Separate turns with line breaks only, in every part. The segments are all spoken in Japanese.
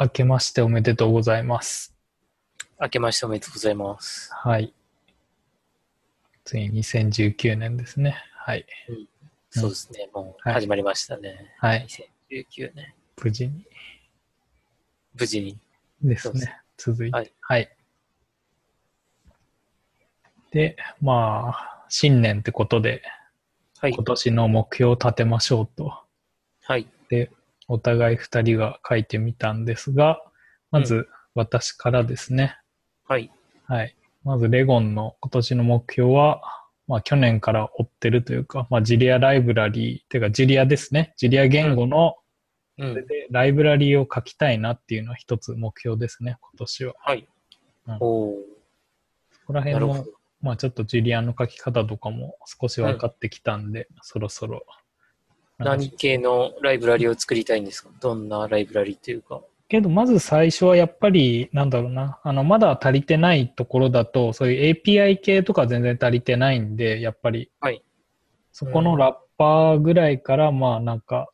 明けましておめでとうございます。
明けましておめでとうございます。
はい。ついに2019年ですね。はい。うん
そうですね。もう
はい
始まりましたね。
はい。
2019年。
無事に
無事に。
です
そう
ね。続いて。は
はいい。
で、まあ、新年ってことで、
はい
今。年の目標を立てましょうと、
はい。
お互い2人が書いてみたんですが、まず私からですね。
はい。
はい。まず、レゴンの今年の目標は、まあ、去年から追ってるというか、まあ、ジュリアライブラリー、てか、ジュリアですね。ジュリア言語の、
う
それ
ん。
でライブラリーを書きたいなっていうのは一つ目標ですね、今年は。
はい
うん。
おー
そこら
な
辺
るほ
の
ど、。
まあ、ちょっとジュリアの書き方とかも少し分かってきたんで、そろそろ。なんか
何系のライブラリを作りたいんですかどんなライブラリというか。
けど、まず最初はやっぱり、なんだろうな、あの、まだ足りてないところだと、そういう API 系とか全然足りてないんで、やっぱり、
はい
そこのラッパーぐらいから、まあ、なんか、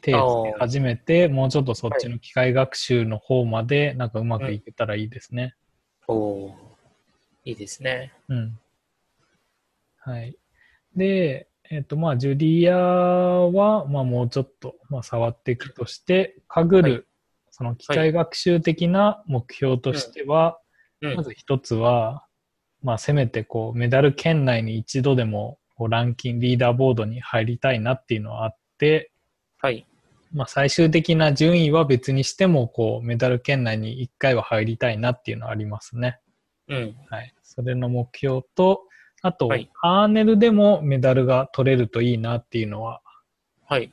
手をつけ
あー
始めて、もうちょっとそっちの機械学習の方まで、なんかうまくいけたらいいですね。
おーいいですね。
うん。はい。で、えっ、と、まあ、ジュリアは、まあ、もうちょっと、まあ、触っていくとして、カグル、
は
その機械学習的な目標としては、
う
ま
ん。
ず一つは、まあ、せめて、こう、メダル圏内に一度でも、こう、ランキング、リーダーボードに入りたいなっていうのはあって、
はい。
まあ、最終的な順位は別にしても、こう、メダル圏内に一回は入りたいなっていうのはありますね。
うん。
はい、それの目標と、あと、
はい
アーネルでもメダルが取れるといいなっていうのは、
はい。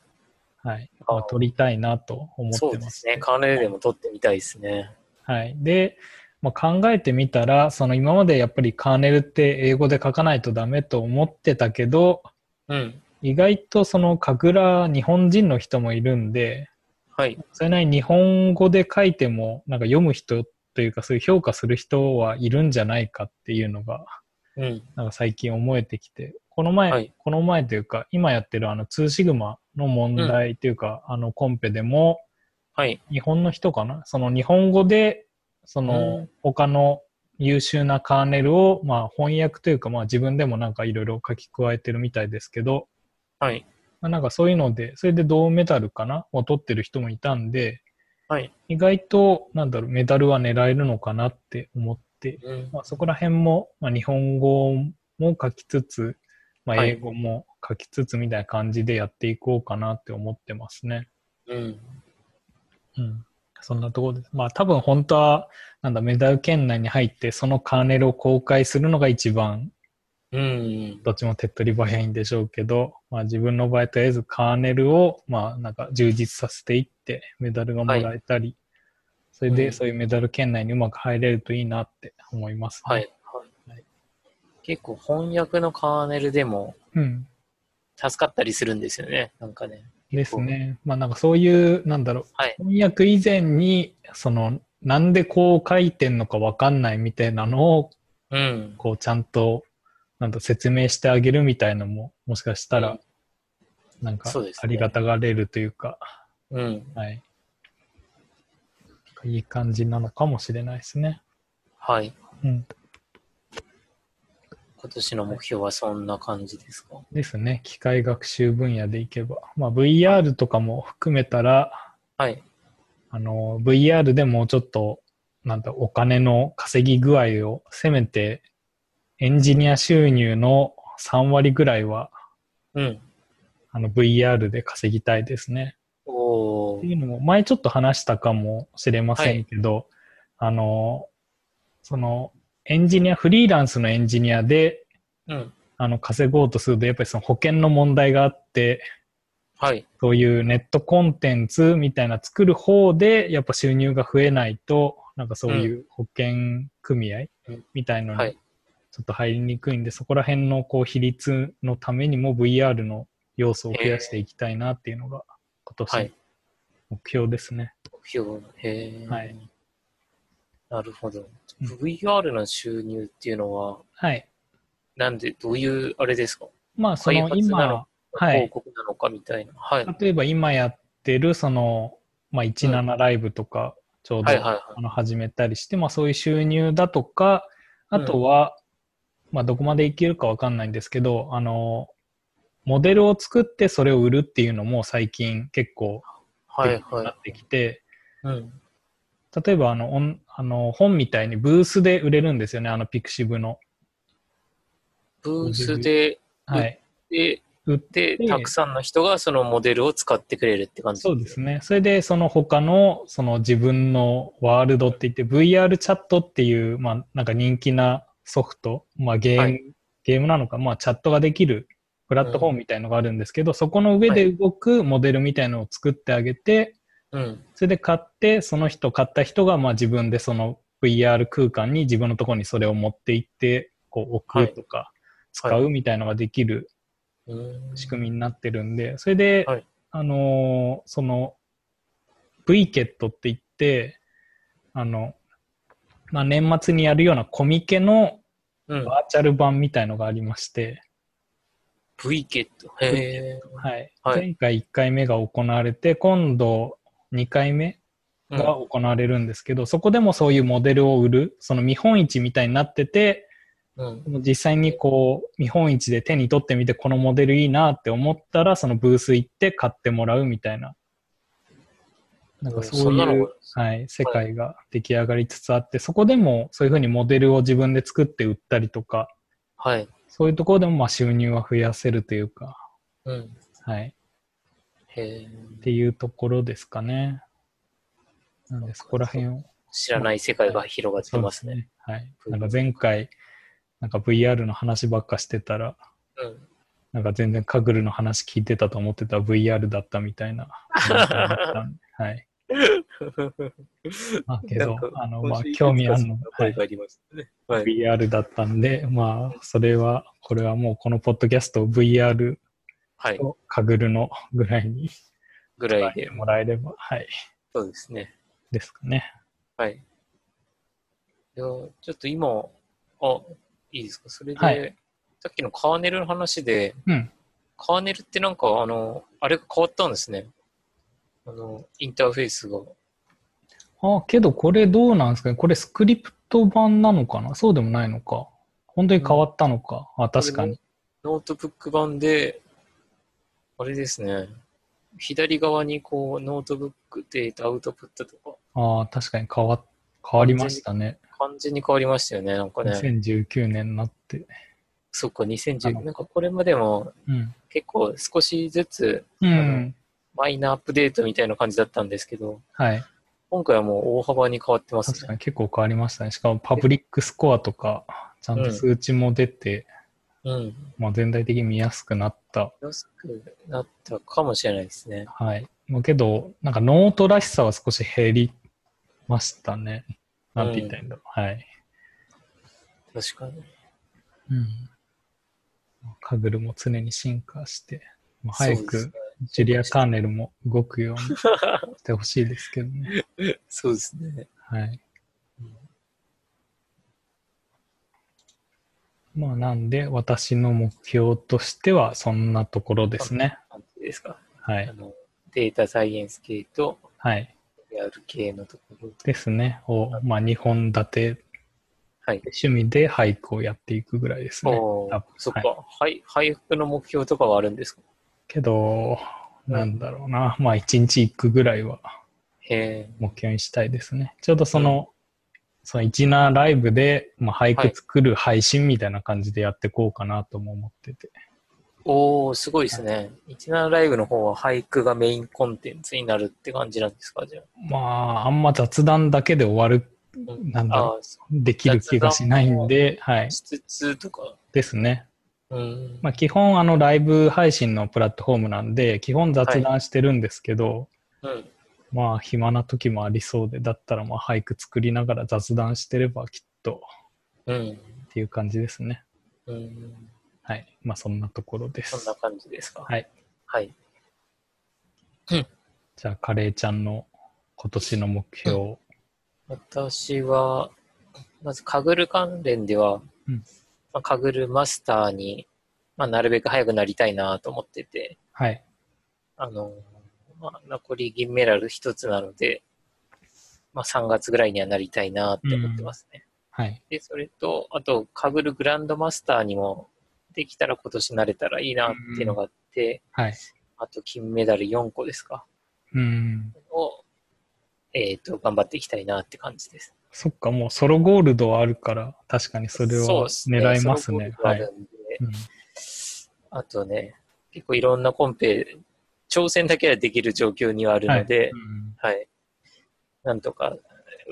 はい
あ
まあ、取りたいなと思ってます。
そうですね。カーネルでも撮ってみたいですね。
はい、で、まあ、考えてみたら、その今までやっぱりカーネルって英語で書かないとダメと思ってたけど、
うん。
意外とその神楽日本人の人もいるんで、
はい。
それなりに日本語で書いても、なんか読む人というか、そういう評価する人はいるんじゃないかっていうのが
うん。
なんか最近思えてきて、この前、
はい
この前というか、今やってるあの2シグマの問題というか、あのコンペでも、
はい。
日本の人かなその日本語で、その、
うん
他の優秀なカーネルを、まあ翻訳というか、まあ自分でもなんかいろいろ書き加えてるみたいですけど、
はい。
まあ、なんかそういうので、それで銅メダルかなを取ってる人もいたんで、
はい。
意外と、なんだろう、メダルは狙えるのかなって思って
うん。
まあ、そこら辺も、まあ、日本語も書きつつ、まあ、
はい
英語も書きつつみたいな感じでやっていこうかなって思ってますね。
うん。
うん。そんなところです。まあ多分本当は、なんだ、メダル圏内に入って、そのカーネルを公開するのが一番、
うん。
どっちも手っ取り早いんでしょうけど、まあ自分の場合とりあえずカーネルを、まあなんか充実させていって、メダルがもらえたり、それ
う
で
ん
そういうメダル圏内にうまく入れるといいなって思います、
はい。はい。結構翻訳のカーネルでも
うん。
助かったりするんですよね。なんかね。
ですね。まあなんかそういう、なんだろう、
はい。
翻訳以前に、その、なんでこう書いてんのかわかんないみたいなのを、
うん。
こうちゃんと、なんと説明してあげるみたいのも、もしかした
う
ら
ん、
なんか
そうですね、
ありがたがれるというか、
うん。
はい。いい感じなのかもしれないですね。
はい。
うん。
今年の目標はそんな感じですか。
ですね。機械学習分野でいけば。まあ VR とかも含めたら、
はい。
あの、VR でもうちょっと、なんだ、お金の稼ぎ具合を、せめて、エンジニア収入の3割ぐらいは、
うん。
あの、VR で稼ぎたいですね。
お
って
ー
いうのも、前ちょっと話したかもしれませんけど、あの、その、エンジニア、フリーランスのエンジニアで、
うん。
あの、稼ごうとすると、やっぱりその保険の問題があって、
はい。
そういうネットコンテンツみたいな作る方で、やっぱ収入が増えないと、なんかそういう保険組合
うん
みたいの
は
に
い
ちょっと入りにくいんで、そこら辺のこう比率のためにも VR の要素を増やしていきたいなっていうのが今
は
年の
い。
目標ですね。
目標。へえ。
はい。
なるほど。
うん
VR の収入っていうのは、
はい。
なんで、どういう、あれですか
まあそ
開
の
発な
今
の、
は
広
い。
告なのかみたいな。はい。
例えば今やってるその、まあ17ライブとか、ちょうど、
はいはいはい。
あの始めたりして、まあそういう収入だとか、あとは、まあどこまでいけるかわかんないんですけど、あの、モデルを作ってそれを売るっていうのも最近結構
はい
できるようにな
は
ってきて、
い。うん。
例えばあの、オンあの本みたいにブースで売れるんですよね、あのピクシブの。
ブースで
はい。
で
売っ
で
で
たくさんの人がそのモデルを使ってくれるって感じ
そうですね。それで、その他の、その自分のワールドって言って、VR チャットっていう、まあ、なんか人気なソフト、まあ、ゲーム、
はい
ゲームなのか、まあ、チャットができるプラットフォームみたいのがあるんですけど、そこの上で動くモデルみたいのを作ってあげて、
うん。
それで買って、その人、買った人が、まあ、自分でその VR 空間に自分のところにそれを持って行って、こう、置くとか、使うみたいのができる
うん
仕組みになってるんで、それで、
はい
あのーその、v ケットって言って、あの、まあ、年末にやるようなコミケの
うん。
バーチャル版みたいのがありまして、
V ケット。へ
はい。
はい
前回1回目が行われて、今度2回目
え。
が行われるんですけど、そこでもそういうモデルを売る、その見本市みたいになってて、
うん。
実際にこう、見本市で手に取ってみて、このモデルいいなって思ったら、そのブース行って買ってもらうみたいな。なんかそ
そ
うん
なの
い
も
う、はい、世界が出来上がりつつあって、そこでもそういうふうにモデルを自分で作って売ったりとか、
はい。
そういうところでもまあ収入は増やせるというか、
うん。
はい、
へえ。
っていうところですかね。なんで、そこら辺を。
知らない世界が広がってますね。
そうですね。はい。なんか前回、なんか VR の話ばっかしてたら、
うん。
なんか全然カグルの話聞いてたと思ってた VR だったみたいな。 はい。まあ けど、あの、まあ興味あるの、は
はいい、、ありますね。はい。
VR だったんで、まあそれは、これはもうこのポッドキャストを VR
はい。
とカグルのぐらいに
ぐらいで。
もらえれば、はい、
そうですね。
ですかね。
はい。いや、ちょっと今、あ、いいですか。それで、
はい
さっきのカーネルの話で、
うん
カーネルってなんか、あの、あれが変わったんですね。あの、インターフェースが。
あ、けどこれどうなんですかねこれスクリプト版なのかなそうでもないのか。本当に変わったのか。あ、確かに。
ノートブック版で、あれですね。左側にこう、ノートブックデータアウトプットとか、
ああ、確かに変わ、変わりましたね。
完全に変わりましたよね。なんかね。
2019年になって。
そっか、
あ
2010、
の
なんかこれまでも
うん。
結構少しずつ
うん。
マイナーアップデートみたいな感じだったんですけど、
はい。
今回はもう大幅に変わってます
確か
ね。
に結構変わりましたね。しかもパブリックスコアとか、ちゃんと数値も出て、
うん。
まあ、全体的に見やすくなった。
安くなったかもしれないですね。
はい。まあけど、なんかノートらしさは少し減りましたね。なんて言ったらいいんだろう。はい。
確かに。
うん。カグルも常に進化して、まあ、早
そう
く
で
ジュリア・カーネルも動くようにしてほしいですけどね。
すね。そうですね。
はい。まあ、なんで、私の目標としては、そんなところですね。
感じですか。
は
あ
い。
のデータサイエンス系と
はい。
リアル系のところと。
ですね。を、まあ、2本立て、
はい。
趣味で俳句をやっていくぐらいですね。
おー
あ
そっか、はい。配布の目標とかはあるんですか
けど、なんだろうな。まあ、1日1句ぐらいは
へえ。
目標にしたいですね。ちょうどその、その一ナライブで、まあ、俳
は
句
い
作る配信みたいな感じでやってこうかなとも思ってて。
おー、すごいですね。17ライブの方は俳句がメインコンテンツになるって感じなんですかじゃあ。
まあ、あんま雑談だけで終わる、
うん
なんだろ、
ああ、そう。
できる気がしないんで、はいう
しつつとか。
ですね。
うん。
まあ、基本、あの、ライブ配信のプラットフォームなんで、基本雑談してるんですけど、
うん。
まあ、暇な時もありそうで、だったら、まあ、俳句作りながら雑談してれば、きっと、
うん。
っていう感じですね。
うん。
はい。まあ、そんなところです。
そんな感じですか。
はい。
はい。
じゃあ、カレーちゃんの今年の目標を。
私は、まず、カグル関連では、
うん
まあ、カグルマスターに、まあ、なるべく早くなりたいなと思ってて、
はい。
あの、まあ、残り銀メダル一つなので、まあ、3月ぐらいにはなりたいなって思ってますね。
はい。
で、それと、あと、かぐるグランドマスターにも、できたら今年なれたらいいなっていうのがあって、
はい。
あと金メダル4個ですか。
うん。
を、えっ、と、頑張っていきたいなって感じです。
そっか、もうソロゴールドはあるから、確かにそれ
そう
を
ですね
狙いますね。
そのゴ
は
ール
い
があ。るんで
うん
あとね、結構いろんなコンペ、挑戦だけはできる状況にはあるので、
うん
はい。なんとか、う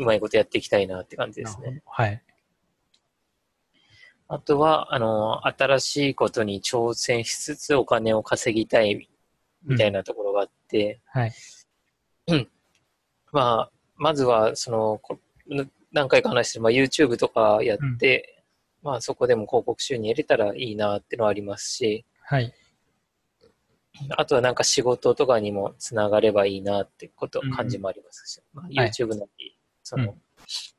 まいことやっていきたいなって感じです
なる
ね。
ほどはい。
あとは、あの、新しいことに挑戦しつつお金を稼ぎたいみたいなところがあって、
はい。
まあ、まずは、その、こ何回か話してる、まあ、YouTube とかやって、まあ、そこでも広告収入得れたらいいなってのはありますし、
はい。
あとはなんか仕事とかにもつながればいいなってこと、感じもありますし、まあ、
い
YouTube なり、その、
う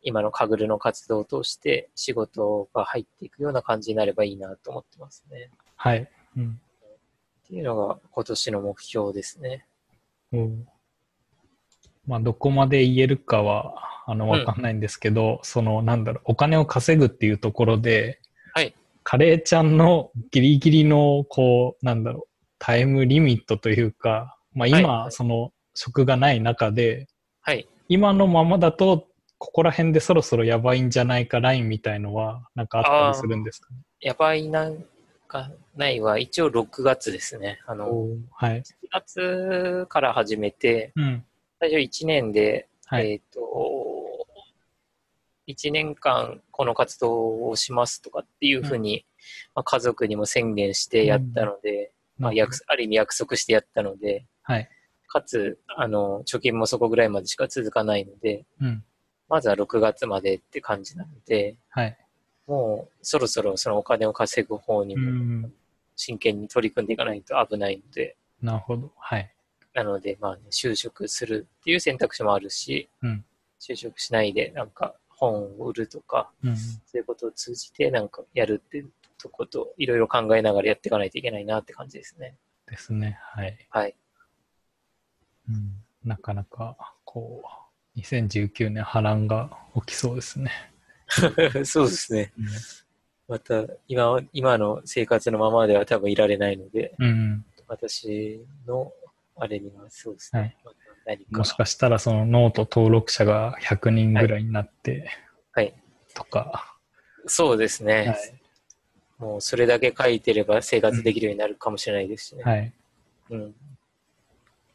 今のカグルの活動を通して仕事が入っていくような感じになればいいなと思ってますね。
はい。うん
っていうのが今年の目標ですね。
おうまあ、どこまで言えるかは、あの、
ん
わかんないんですけど、その、なんだろう、お金を稼ぐっていうところで、
はい。
カレーちゃんのギリギリの、こう、なんだろう、タイムリミットというか、まあ、今、
はいはい
その、職がない中で、
はい。
今のままだと、ここら辺でそろそろやばいんじゃないかラインみたいのは、なんかあったりするんですかね。
やばいなんかないは一応6月ですね。あの、
おうはい。
7月から始めて、
うん。
最初1年で、
はい。
えっ、と、1年間この活動をしますとかっていうふうに、まあ、家族にも宣言してやったので、まあ、約ある意味約束してやったので、
はい。
かつ、あの、貯金もそこぐらいまでしか続かないので、
うん。
まずは6月までって感じなので、
はい。
もうそろそろそのお金を稼ぐ方に
う
も
ん。
真剣に取り組んでいかないと危ないので、
なるほど。はい。
なので、まあね、就職するっていう選択肢もあるし、
うん
就職しないで、なんか本を売るとか、
うん。
そういうことを通じて、なんかやるっていうとこと、いろいろ考えながらやっていかないといけないなって感じですね。
ですね。はい。
はい。
うんなかなか、こう、2019年波乱が起きそうですね。
そうですね。
うん
また、今、今の生活のままでは多分いられないので、
うん。
私の、あれにはそうですね。
はい
また何か。
もしかしたら、そのノート登録者が100人ぐらいになって、
はい。
とか、
そうですね。
はい
もうそれだけ書いてれば生活できるようになるかもしれないですしね。
はい。
うん。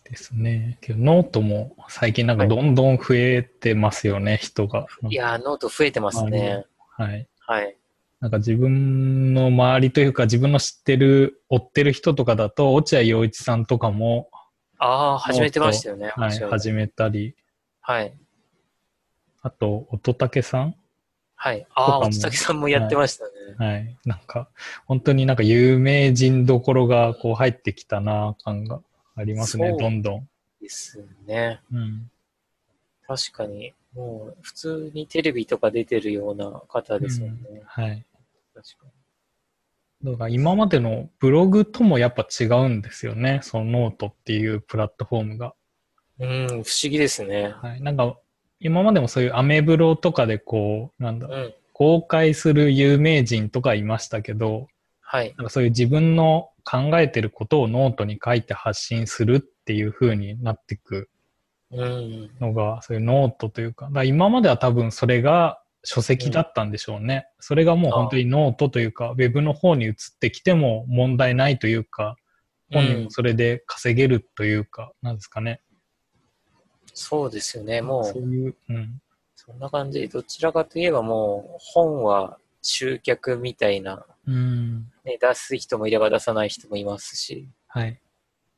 ですね。けど、ノートも最近なんかどんどん増えてますよね、人が。
いやー、ノート増えてますね。
はい。
はい。
なんか自分の周りというか、自分の知ってる、追ってる人とかだと、落合陽一さんとかも、
ああ、始めてましたよね。
はい、
私
始めたり、
はい。
あと、乙武さん
はい。
とか
ああ、
も
松崎さんもやってましたね。
はい。なんか、本当になんか有名人どころがこう入ってきたな感がありますね
そ、う
どんどん。
ですね。
うん。
確かに、もう普通にテレビとか出てるような方ですもんね。
はい。
確かに。
だから今までのブログともやっぱ違うんですよね、そのノートっていうプラットフォームが。
うん、不思議ですね。
はい。なんか、今までもそういうアメブロとかでこう、なんだ
う。
ろうん公開する有名人とかいましたけど、
はい。
なんかそういう自分の考えてることをノートに書いて発信するっていう風になってく
うん。
のが、そういうノートというか、だから今までは多分それが書籍だったんでしょうね。それがもう本当にノートというか、ウェブの方に移ってきても問題ないというか、本人もそれで稼げるというか、なんですかね。
そうですよね。も
そう
う、
いう、うん。
そんな感じで、どちらかといえばもう、本は集客みたいな、
うん。
ね、出す人もいれば出さない人もいますし、
はい。
っ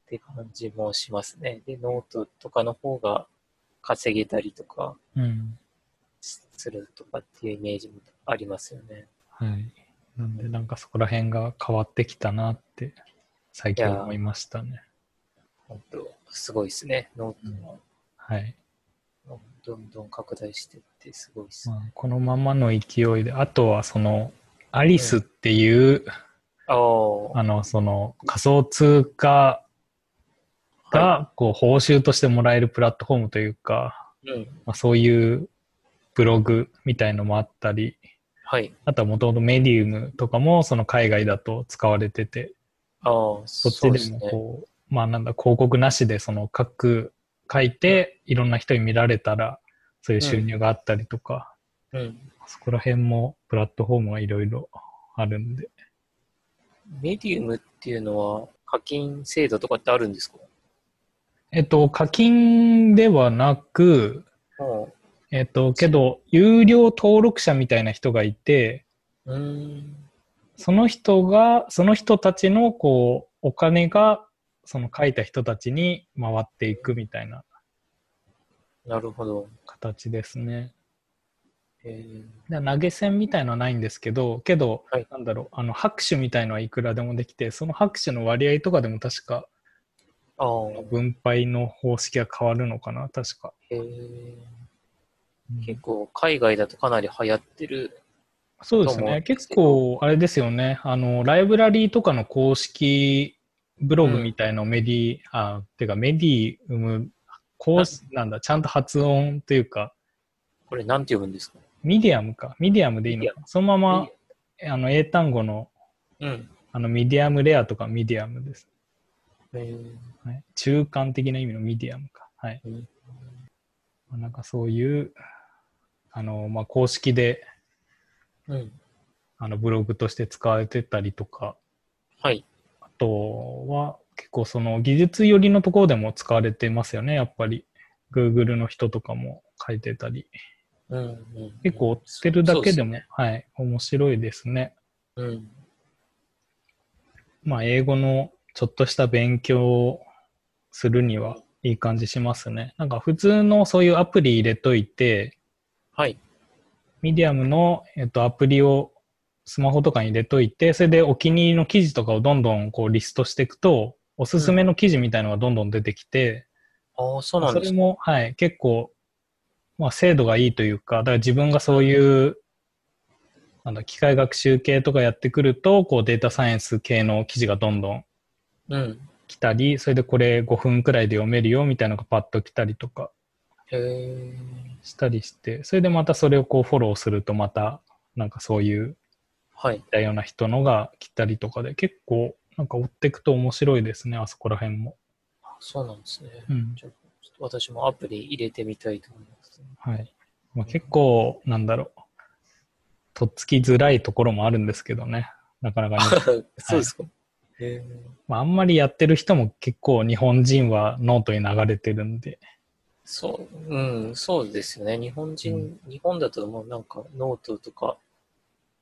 て感じもしますね。で、ノートとかの方が稼げたりとか、
うん。
するとかっていうイメージもありますよね。
はい。なんで、なんかそこら辺が変わってきたなって、最近思いましたね。
本当すごいですね。ノート
はい。
はどんどん拡大してってすごいです。
まあ、このままの勢いで、あとはその、アリスっていう、
ああ、は
あの、その仮想通貨
い、
が、こう、報酬としてもらえるプラットフォームというか、
うん。
まあ、そういうブログみたいのもあったり、
はい。
あとはもともとメディウムとかもその海外だと使われてて、
ああ、
そっ
そ
ち
うで
ですも
ね。
こう、まあなんだ、広告なしでその書く、書いていろんな人に見られたら、そういう収入があったりとか、
うん。
そこら辺もプラットフォームはいろいろあるんで。
メディウムっていうのは課金制度とかってあるんですか
えっと、課金ではなく、
う
えっと、けど、有料登録者みたいな人がいて、
ん。うん。
その人が、その人たちの、こう、お金が、その書いた人たちに回っていくみたいな
なるほど。
形ですね。
えー、
で投げ銭みたいのはないんですけど、けど、
はい
なんだろう、あの、拍手みたいのはいくらでもできて、その拍手の割合とかでも確か、
ああ、
分配の方式が変わるのかな、確か。
えー、
うん
結構海外だとかなり流行ってる。
そうです
と思う
ね。
んです
結
けど
構、あれですよね。あの、ライブラリーとかの公式ブログみたいのをメディ、あ、てかメディウム、公式、なんだ、ちゃんと発音というか、
これなんて呼ぶんですか
ミディアムか。ミディアムでいいの
ミデ
か。そのまま、あの、英単語の、
うん。
あの、ミディアムレアとかミディアムです。
えー、
はい、中間的な意味のミディアムか。はい。
うん
まあなんかそういう、あの、まあ、公式で、
うん。
あの、ブログとして使われてたりとか、
はい。
あとは結構その技術寄りのところでも使われてますよね、やっぱり。Google の人とかも書いてたり。
うん、うん。
結構追ってるだけでも、
そうっ
はい、面白いですね。
すね。うん。
まあ、英語のちょっとした勉強をするにはいい感じしますね。なんか普通のそういうアプリ入れといて、
はい。
ミディアムの、えっと、アプリをスマホとかに入れといて、それでお気に入りの記事とかをどんどんこうリストしていくと、おすすめの記事みたいのがどんどん出てきて、
ああ、そうなん
そ
です
れ
ね。
も、はい、結構、まあ、精度がいいというか、だから自分がそういう、なんだ、機械学習系とかやってくると、こう、データサイエンス系の記事がどんどん
うん。
来たり、それでこれ5分くらいで読めるよみたいなのがパッと来たりとか
へえ。
したりして、それでまたそれをこう、フォローするとまた、なんかそういう、
はい。
だような人のが来たりとかで、結構、なんか追っていくと面白いですね、あそこら辺も。
あそうなんですね。
うん。
ちょっと私もアプリ入れてみたいと思います。
はい。まあ、結構、なんだろう。とっつきづらいところもあるんですけどね。なかなか ね、
そうですか。へえ。
まあ、あんまりやってる人も結構日本人はノートに流れてるんで。
そう、うん、そうですよね。日本人、日本だともうなんかノートとか、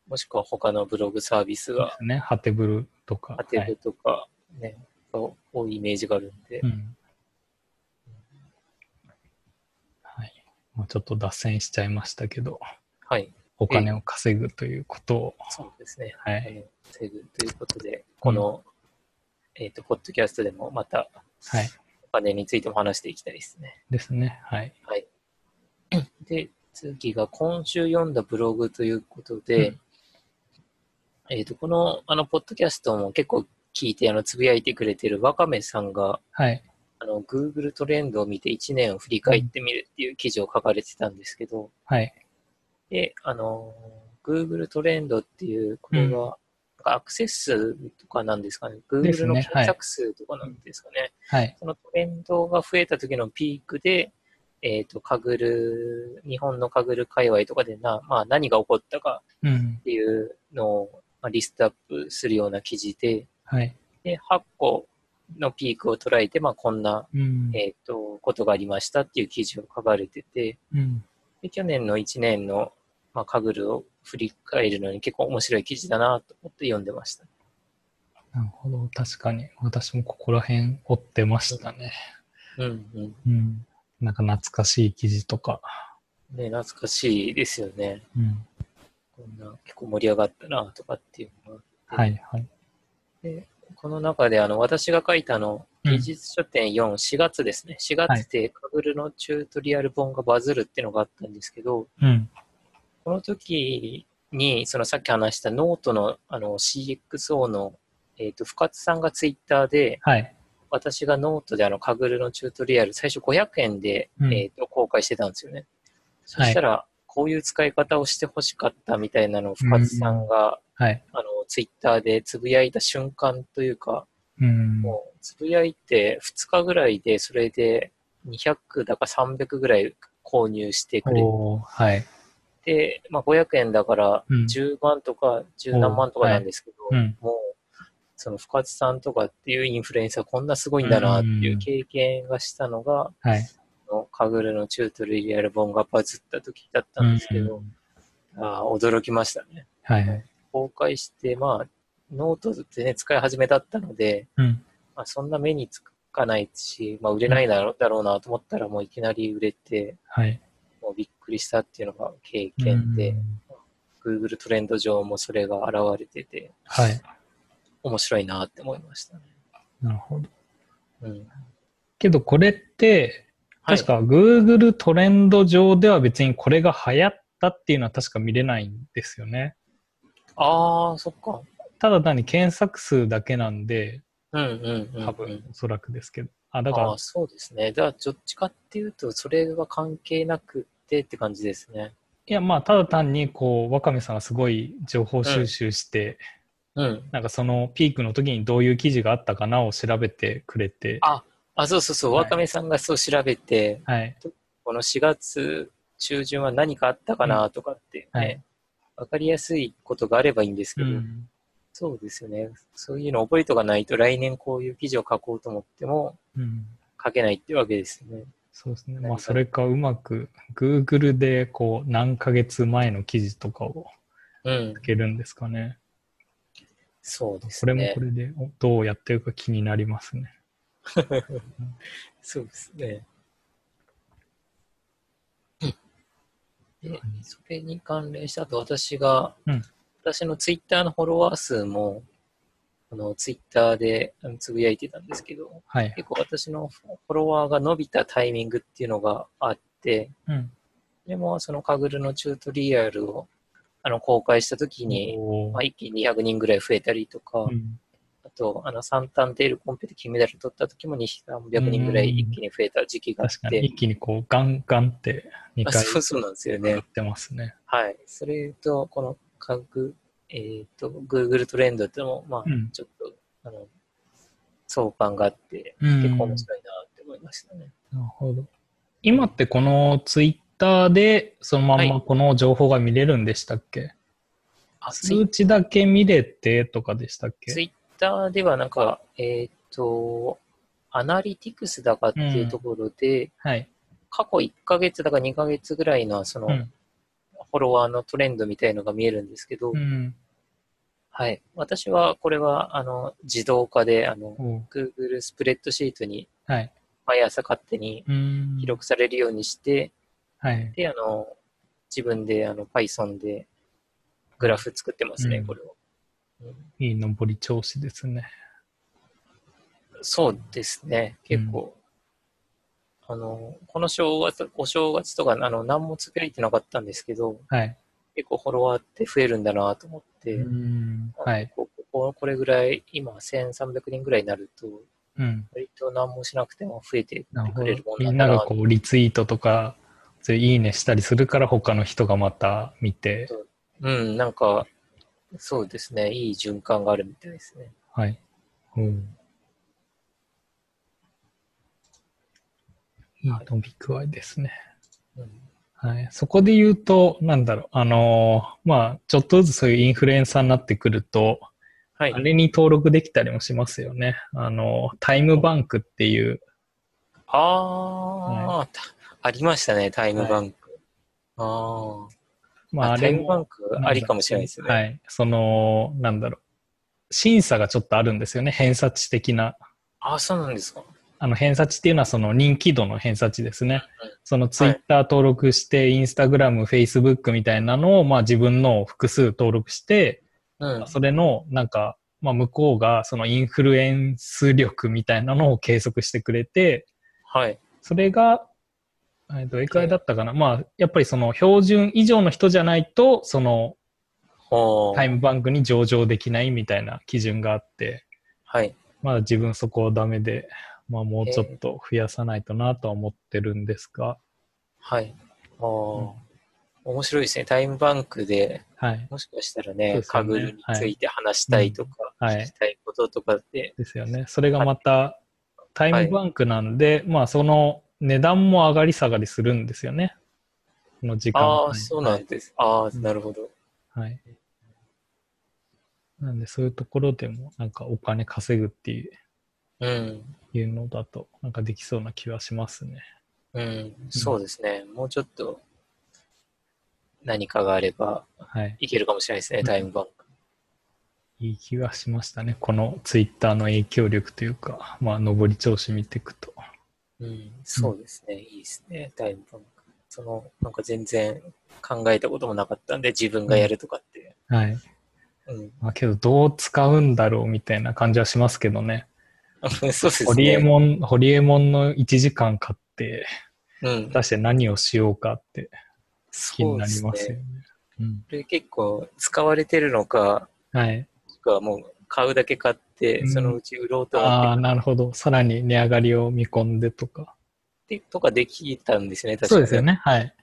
もしくは他のブログサービスが、
ね。ハテブルとか。
アテ
はい
ブとかね、が多いイメージがあるんで
う。ん。はい。まあ、ちょっと脱線しちゃいましたけど、
はい。
お金を稼ぐということを。
そうですね。
は
あ
い。
の、セグということで、この、えっ、と、ポッドキャストでもまた
はい。
お金についても話していきたいですね。
ですね。はい。
で、次が今週読んだブログということで、
うん
えっ、と、この、あの、ポッドキャストも結構聞いて、あの、つぶやいてくれてるワカメさんが、
はい。
あの、Google トレンドを見て1年を振り返ってみるっていう記事を書かれてたんですけど、
はい。
で、あの、Google トレンドっていう、これは、なんかアクセス数とかなんですかね。
ですね
Google の
は
検
い
索数とかなんですかね。
はい。
そのトレンドが増えた時のピークで、えっ、と、カグル、日本のカグル界隈とかでな、まあ何が起こったか
うん
っ。ていうのをまあリストアップするような記事で、
はい。
で、8個のピークを捉えて、まあこんな、
うん。
えっ、と、ことがありましたっていう記事を書かれてて、
うん。
で去年の1年の、まあ、カグルを振り返るのに結構面白い記事だなと思って読んでました。
なるほど。確かに。私もここら辺追ってましたね。
うんうん。
うん。なんか懐かしい記事とか。
ね、懐かしいですよね。
うん。
こんな結構盛り上がったなとかっていうのが
はいはい。
でこの中であの私が書いたあの
うん
技術書店4、4月ですね。4月でカグルのチュートリアル本がバズるっていうのがあったんですけど、
うん。
この時に、そのさっき話したノートのあの CXO の、えっと深津さんがツイッターで、
はい。
私がノートであの、カグルのチュートリアル、最初500円で、
うん
えっ、と、公開してたんですよね。そしたら、こういう使い方をしてほしかったみたいなのを深津さんが、
はい。
あの、ツイッターでつぶやいた瞬間というか、
うん。
もう、つぶやいて2日ぐらいで、それで200だか300ぐらい購入してくれ
おーはい。
て、まあ、500円だから、
うん
10万とか10何万とかなんですけど、
うん。
もう、その深津さんとかっていうインフルエンサーこんなすごいんだなっていう経験がしたのが、
はい。
あのカグルのチュートリアル本がバズった時だったんですけど、
うん
あー驚きましたね。
はいはい。
公開して、まあ、ノートでね、使い始めだったので、
うん。
まあ、そんな目につかないし、まあ、売れないだろうだろうなと思ったら、もういきなり売れて、
はい。
もうびっくりしたっていうのが経験で、
うん。
Google トレンド上もそれが現れてて、
はい。
面白いなって思いましたね。
なるほど。
うん。
けどこれって、
はい
確か Google トレンド上では別にこれが流行ったっていうのは確か見れないんですよね。
ああ、そっか。
ただ単に検索数だけなんで、
うんうんうん、うん。
多分おそらくですけど。あ、だか
ああ
ら
ー、、そうですね。だから、どっちかっていうと、それは関係なくてって感じですね。
いやまあただ単にこう、若見さんがすごい情報収集して、
うん。
なんかそのピークの時にどういう記事があったかなを調べてくれて、
ああ、そうそうそう。
はい
わかめさんがそう調べて、
はい。
この4月中旬は何かあったかなとかって、ね
はい。
わかりやすいことがあればいいんですけ
う
ど、
ん。
そうですよね。そういうの覚えとかないと、来年こういう記事を書こうと思っても
うん
書けないってわけですよね。
そうですね。
何
まあ、
か
それかうまく、Google で、こう、何ヶ月前の記事とかを
うん
い。けるんですかね。
そうです
これも
ね
こ。れで、おどうやってるか気になりますね。
そうですね。で、それに関連したあと、私が、
うん
私のツイッターのフォロワー数も、あのツイッターであのつぶやいてたんですけど、
はい。
結構私のフォロワーが伸びたタイミングっていうのがあって、
うん。
でも、そのカグルのチュートリアルをあの公開したときに、
おー
まあ、一気に200人ぐらい増えたりとか、
うん
あと、あの、サンタンデールコンペで金メダル取った時も200人ぐらい一気に増えた時期があ
確か
っ
に、
て
一、気にこう、ガンガンって2
あ
回
そうそうなんですよ
や
ね
っ。てますね。
はい。それと、このカグ、えっ、と、Google トレンドってのも、まあ
う、ん。
ちょっと、あの、相関があって、
うん
結構
な
面
る
白いなって思いましたね。
ほど。今ってこのツイッターで、そのまん
は
まこの情報が見れるんでしたっけ、
あ、ツイ
数値だけ見れてとかでしたっけ
ツイッターではなんか、えーっと、アナリティクスだかっていうところで、
はい。
過去1ヶ月だか2ヶ月ぐらいのその、
うん
フォロワーのトレンドみたいのが見えるんですけど、
うん。
はい。私は、これは、あの、自動化で、あの、
おー
Google スプレッドシートに
はい。
毎朝勝手に
うん
記。録されるようにして、
はい。
で、あの、自分で、あの、Python でグラフ作ってますね、
うん
これを。うん
いい上り調子ですね。
そうですね、結構。あの、この正月、お正月とか、あの、何もつぶやいてなかったんですけど、
はい。
結構フォロワーって増えるんだなと思って、
うん。はい。
こここれぐらい、今1300人ぐらいになると、
うん。
割と何もしなくても増えて
なるほ
く
ど
れるもん
み
なんんだ
な
な
がこ
と
う、リツイートとか、そういういいねしたりするから、他の人がまた見て
そ。うん、なんか、そうですね、いい循環があるみたいですね。
はい。うん。いい
はい
伸び具合ですね。
うん、
はい。そこで言うと、なんだろう、あのーまあ、ちょっとずつそういうインフルエンサーになってくると、
は
あ
い。
れに登録できたりもしますよね。あの、タイムバンクっていう、
ああ、たありましたね、タイムバンク。ああ。
まあ、あ
タ
れ
イムバ
も
ンクありかもしれないですね。
はい。その、なんだろう。審査がちょっとあるんですよね。偏差値的な。
あ、そうなんですか。
あの、偏差値っていうのはその人気度の偏差値ですね
うん。
そのツイッター登録して、インスタグラム、フェイスブックみたいなのを、まあ自分の複数登録して、
うん。
それの、なんか、まあ向こうがそのインフルエンス力みたいなのを計測してくれて、
はい。
それが、えーどれくらいだったかな、まあ、やっぱりその標準以上の人じゃないと、その
ほう
タイムバンクに上場できないみたいな基準があって、
はい。
ままだ自分そこはダメで、まあ、もうちょっと増やさないとなとは思ってるんですが、
はい。あー面白いですね。タイムバンクで、
はい。
もしかした
そ
ら
う
ね、
ですよね
カグルについて話したいとか、
はいうんはい
聞きたいこととかって、
ですよね。それがまた、タイムバンクなんで、まあ、その値段も上がり下がりするんですよね。この時間
あ
は
あ、
い
そうなんです。ああ、
うん
なるほど。
はい。なんで、そういうところでも、なんかお金稼ぐっていう
うん。
いうのだと、なんかできそうな気はしますね。
うん、そうですね。もうちょっと何かがあれば
はい。
いけるかもしれないですね、タイムバンク。
いい気がしましたね。このツイッターの影響力というか、まあ、上り調子見ていくと。
うん、そうですね。いいですね、タイムバンク。その、なんか全然考えたこともなかったんで、自分がやるとかって。
はい。
うん、
まあ、けど、どう使うんだろうみたいな感じはしますけどね。
そうですね。
ホリエモン、ホリエモンの1時間買って、
うん
果、たして何をしようかって気になり
そう
ま
ですす
よ
ね。
ね。うん。
これ結構使われてるのか、
はい。
がもう買うだけ買って、
うん
そのうち売ろうと思って
ああ、なるほど。さらに値上がりを見込んでとか。
ってとかできたんですね、確か
そう
に。
ですよね。はい。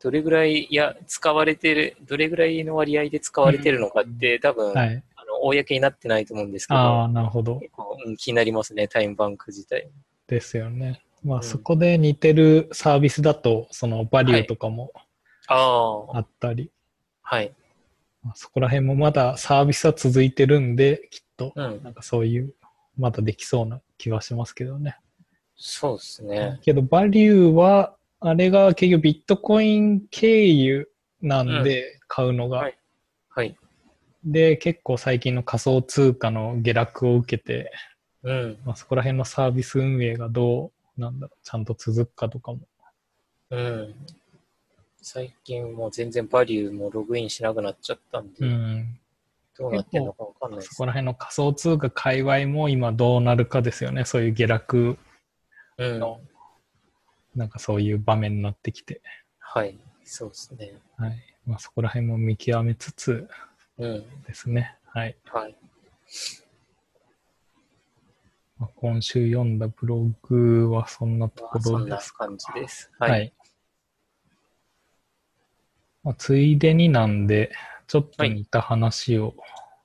どれぐらい、いや、使われてる、どれぐらいの割合で使われてるのかって、多分、
はい。
あの、公になってないと思うんですけ
ああ、
ど、
なるほど。
結構、うん、気になりますね、タイムバンク自体。
ですよね。まあ、
うん
そこで似てるサービスだと、そのバリューとかも
あ
あ
あ、
ったり、
はい。
まあそこら辺もまだサービスは続いてるんで、きっと、
うん、
なんかそういう、まだできそうな気はしますけどね。
そうですね。
けど、バリューは、あれが結局ビットコイン経由なんで、買うのが、
はいはい。
で、結構最近の仮想通貨の下落を受けて、
うん、
まあ、そこら辺のサービス運営がどう、なんだろう、ちゃんと続くかとかも。
うん。最近もう全然バリューもログインしなくなっちゃったんで、
うん。
どうなってるのかわかんないで
そ
す
こ。ら辺の仮想通貨界隈も今どうなるかですよね。そういう下落
うん。
の、なんかそういう場面になってきて。
はい。そうですね。
はい。まあそこら辺も見極めつつ
うん。
ですね。はい。
はい。
まあ、今週読んだブログはそんなと
ま
こ
あ、そ
ろ
ん
で
な
す。
感じです。
はい。
はい。
まあ、ついでになんで、ちょっと似た話を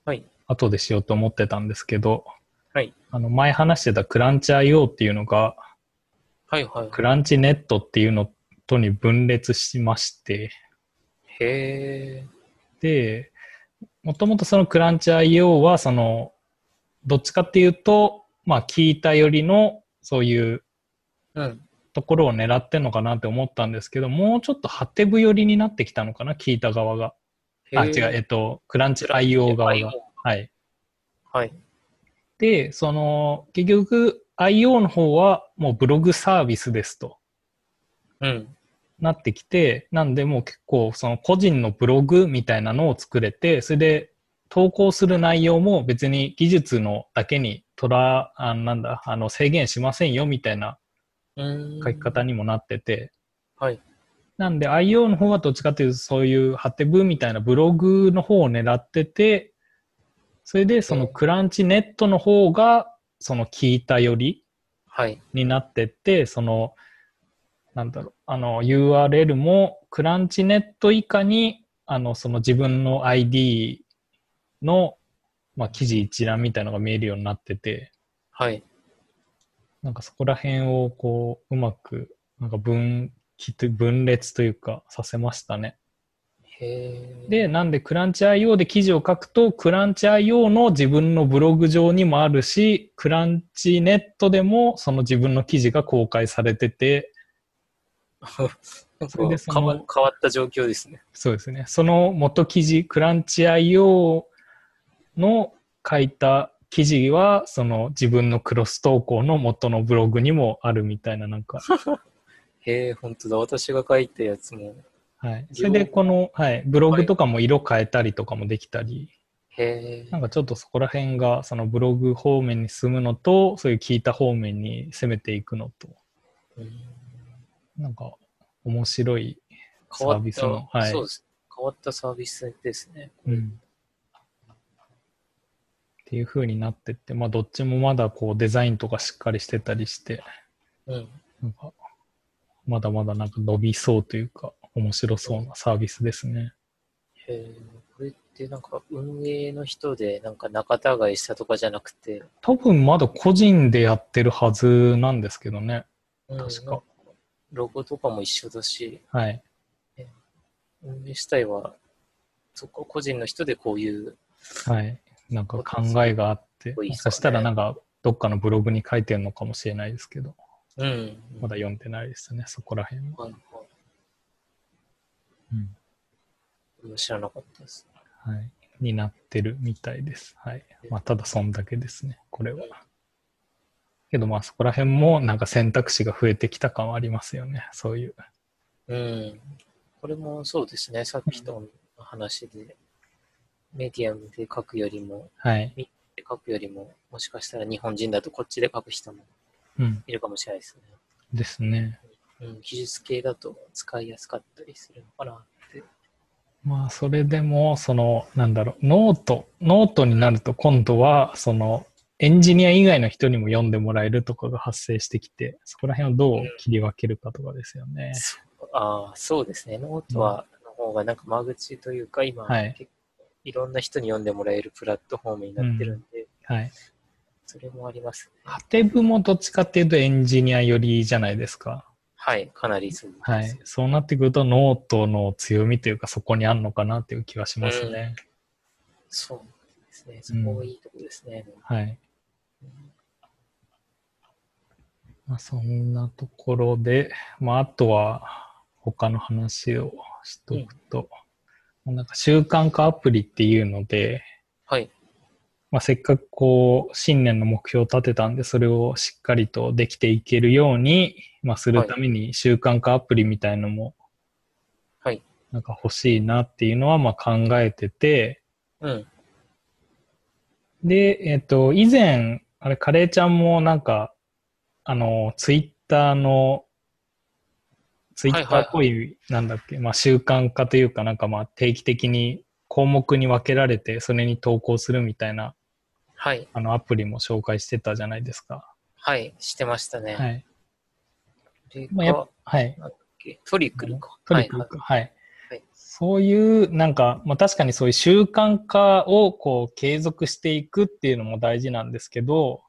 はい。
後でしようと思ってたんですけど、
はい。
あの前話してたクランチ IO っていうのが、
はい。はい。
クランチネットっていうのとに分裂しまして、
へえ。
で、もともとそのクランチ IO は、その、どっちかっていうと、まあ、聞いたよりの、そういう
うん。
ところを狙ってんのかなって思ったんですけど、もうちょっとハテブ寄りになってきたのかな、聞いた側が。あ、
へ
違
ー
う、えっと、クランチ IO 側が。。はい。
はい。
で、その、結局、IO の方は、もうブログサービスですと
うん。
なってきて、なんで、もう結構、その個人のブログみたいなのを作れて、それで投稿する内容も別に技術のだけにとら、あなんだ、あの制限しませんよみたいな
うん
書き方にもなってて、
はい。
なんで IO の方はどっちかというとそういうハテブみたいなブログの方を狙ってて、それでそのクランチネットの方が、その聞いたより、
はい。
になってって、その、なんだろう、あの、URL もクランチネット以下に、あの、その自分の ID の、まあ、記事一覧みたいのが見えるようになってて、
はい。
なんかそこら辺をこう、うまく、なんか分岐と、分裂というか、させましたね。
へ え。
で、なんでクランチ IO で記事を書くと、クランチ IO の自分のブログ上にもあるし、クランチネットでもその自分の記事が公開されてて、
なん
それで
か
その
変わ変わった状況ですね。
そうですね。その元記事、クランチ IO の書いた記事は、その自分のクロス投稿の元のブログにもあるみたいな、なんか、
へえ、本当だ。私が書いたやつも。
はい。それで、この、はい、ブログとかも色変えたりとかもできたり、
へえ。
なんかちょっとそこら辺が、そのブログ方面に進むのと、そういう聞いた方面に攻めていくのと、
うん
なんか、面白い、
変わ
サー
っ
ビスの
た、
はい
そうです。変わったサービスですね。
うん。っっていう風になってって、まあ、どっちもまだこうデザインとかしっかりしてたりして、
うん。
なんかまだまだなんか伸びそうというか、面白そうなサービスですね。
へーこれってなんか運営の人でなんか仲違いしたとかじゃなくて、
多分まだ個人でやってるはずなんですけどね。
うん
確か
なんロゴとかも一緒だし、
はい。
運営自体は、そこ個人の人でこういう、
はい。なんか考えがあって、
そうですね
もしかしたらなんかどっかのブログに書いてるのかもしれないですけど、
うん。
まだ読んでないですね、そこら辺は。
はいはい
うん
これは知らなかったです。
はい。になってるみたいです。はい。まあ、ただそんだけですね、これは。けどまあそこら辺もなんか選択肢が増えてきた感はありますよね、そういう。
うん。これもそうですね、さっきとの話で、メディアムで書くよりも、
はい。
で書くよりも、もしかしたら日本人だとこっちで書く人も
うん。
いるかもしれないです
ですね。
ね。うん、技術系だと使いやすかったりするのかなって。
まあそれでもそのなんだろうノートノートになると今度はそのエンジニア以外の人にも読んでもらえるとかが発生してきてそこら辺をどう切り分けるかとかですよね。
ああ、そうですね。ノートは、の方がなんか間口というか、今、
はい
結構いろんな人に読んでもらえるプラットフォームになってるんで、
はい。
それもありますね。
ハテブもどっちかっていうとエンジニア寄りじゃないですか。
はい、かなりそうです。
はい。そうなってくるとノートの強みというかそこにあんのかなっていう気はしますね。
そうですね。そこがいいとこですね。
はい。まあ、そんなところで、まあ、あとは他の話をしとくと、もうなんか習慣化アプリっていうので、
はい。
まあ、せっかくこう、新年の目標を立てたんで、それをしっかりとできていけるように、まあ、するために習慣化アプリみたいのも、
はい。
なんか欲しいなっていうのは、まあ、考えてて、
うん。
で、えっ、と、以前、あれ、カレーちゃんもなんか、あの、ツイッターの、ツイッターっぽい、なんだっけ、まあ、習慣化というか、なんかまあ、定期的に項目に分けられて、それに投稿するみたいな、
はい。
あの、アプリも紹介してたじゃないですか。
はい。してましたね。。
はいい。
で
まあ、やっぱ、はい。
トリクルか。
トリックか。はい
はい。
そういう、なんか、まあ、確かにそういう習慣化を、こう、継続していくっていうのも大事なんですけど、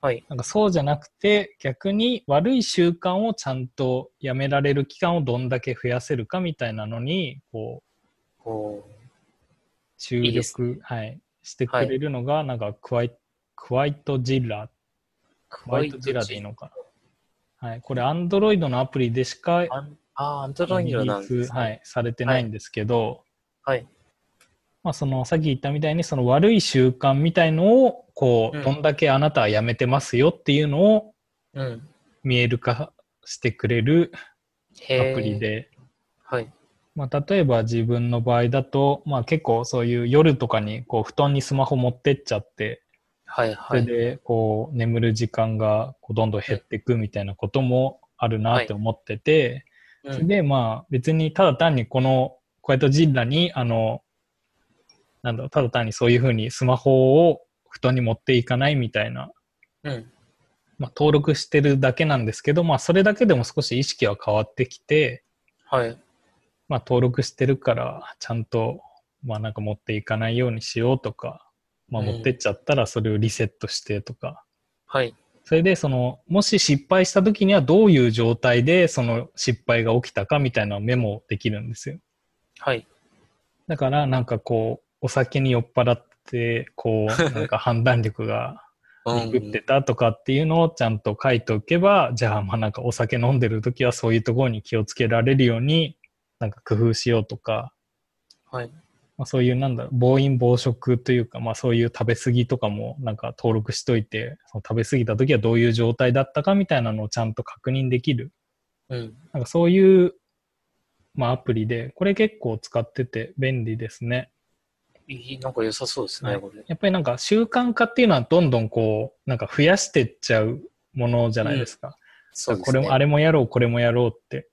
はい。はい。
なんかそうじゃなくて逆に悪い習慣をちゃんとやめられる期間をどんだけ増やせるかみたいなのにこう
こ
注
いいです
力はい、してくれるのがなんかクワイ、クワイトジラ
う、
ク
ク
ワイトジラでいいのかな、はい、これアンドロイドのアプリでしか
あんあー、アンドロイ
リリ
ドな
ー
ん
ス、
ですね。
はい、されてないんですけど、
はい。
まあ、そのさっき言ったみたいにその悪い習慣みたいのをこう、
うん
どんだけあなたはやめてますよっていうのを
うん。
見える化してくれる
へー
アプリ。で、
はい。
まあ、例えば自分の場合だと、まあ、結構そういう夜とかにこう布団にスマホ持ってっちゃって
はい。
そ
は
れ
い。
でこう眠る時間がこうどんどん減っていくみたいなこともあるなって思ってて、
う
そ
ん
れでまあ別にただ単にこのこうやってジンラにあのなんだろうただ単にそういうふうにスマホを布団に持っていかないみたいな、
うん。
まあ、登録してるだけなんですけど、まあ、それだけでも少し意識は変わってきて、
はい。
まあ、登録してるから、ちゃんと、まあ、なんか持っていかないようにしようとか、まあ、
うん
持ってっちゃったらそれをリセットしてとか、
はい。
それで、その、もし失敗した時にはどういう状態でその失敗が起きたかみたいなのをメモできるんですよ。
はい。
だから、なんかこう、お酒に酔っ払って、こ う、なんか判断力が
うん
鈍ってたとかっていうのをちゃんと書いておけば、じゃあ、まあなんかお酒飲んでる時はそういうところに気をつけられるように、なんか工夫しようとか、
はい。
まあ、そういうなんだろう暴飲暴食というか、まあ、そういう食べ過ぎとかもなんか登録しといてその食べ過ぎた時はどういう状態だったかみたいなのをちゃんと確認できる
うん。
なんかそういう、まあ、アプリでこれ結構使ってて便利ですね
いい、なんか良さそうですね、
はい
これ。
やっぱりなんか習慣化っていうのはどんどんこうなんか増やしてっちゃうものじゃないですか,、
そうで
こ
すね。
れもあ
れ。
れもやろうこれもやろうって、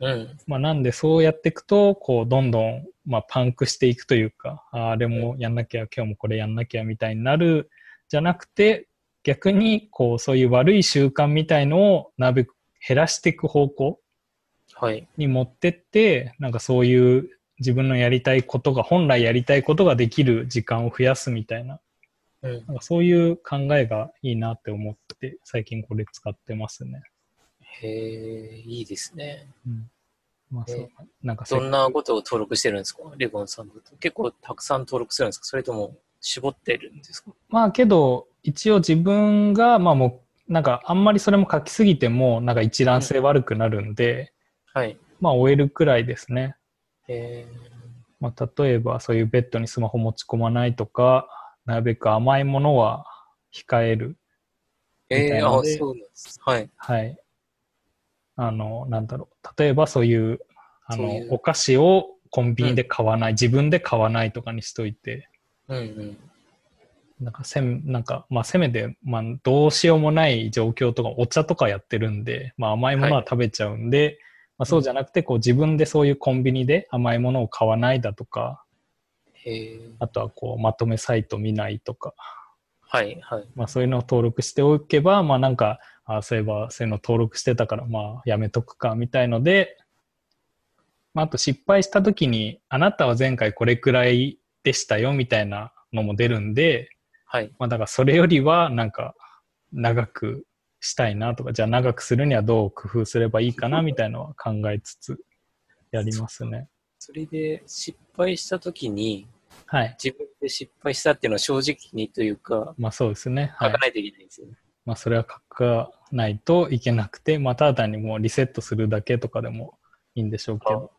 うん。
まあ、なんでそうやっていくとこうどんどん、まあ、パンクしていくというかあーあれもやんなきゃ今日もこれやんなきゃみたいになるじゃなくて、逆に、こう、そういう悪い習慣みたいのを、なるべく減らしていく方向
はい。
に持ってって、なんかそういう自分のやりたいことが、本来やりたいことができる時間を増やすみたいな、
うん。
なんかそういう考えがいいなって思って、最近これ使ってますね。
へえ、いいですね。
うん。まあそう
え。
なんかせ
どんなことを登録してるんですかレボンさんだと。結構たくさん登録するんですかそれとも絞ってるんですか
まあけど、一応自分が、まあもう、なんかあんまりそれも書きすぎても、なんか一覧性悪くなるんで、
はい。
まあ終えるくらいですね。
え
まあ例えばそういうベッドにスマホ持ち込まないとか、なるべく甘いものは控える。
ー、
みた
え
い
ー、
な
あ
の、で
そうなんです。はい。
はい。あの、なんだろう。例えばそういう、あの、
そういう
お菓子をコンビニで買わない、自分で買わないとかにしといて、
うんうん。
なんかせん、なんか、まあ、せめて、まあ、どうしようもない状況とか、お茶とかやってるんで、まあ、甘いものは食べちゃうんで、まあ、そうじゃなくて、こう、自分でそういうコンビニで甘いものを買わないだとか、
へえー、
あとは、こう、まとめサイト見ないとか、
はい、はい。
まあ、そういうのを登録しておけば、まあ、なんか、あそういえば、そういうの登録してたから、まあ、やめとくか、みたいので、まあ、あと、失敗した時に、あなたは前回これくらいでしたよ、みたいなのも出るんで、
はい。
まあ、だからそれよりはなんか長くしたいなとかじゃあ長くするにはどう工夫すればいいかなみたいなのは考えつつやりますね。
それで失敗したときに、
はい。
自分で失敗したっていうのは正直にというか、
まあそうですね。は
書
い
か。ないといけないんですよね。
まあそれは書かないといけなくて、まあただ単にもうリセットするだけとかでもいいんでしょうけど。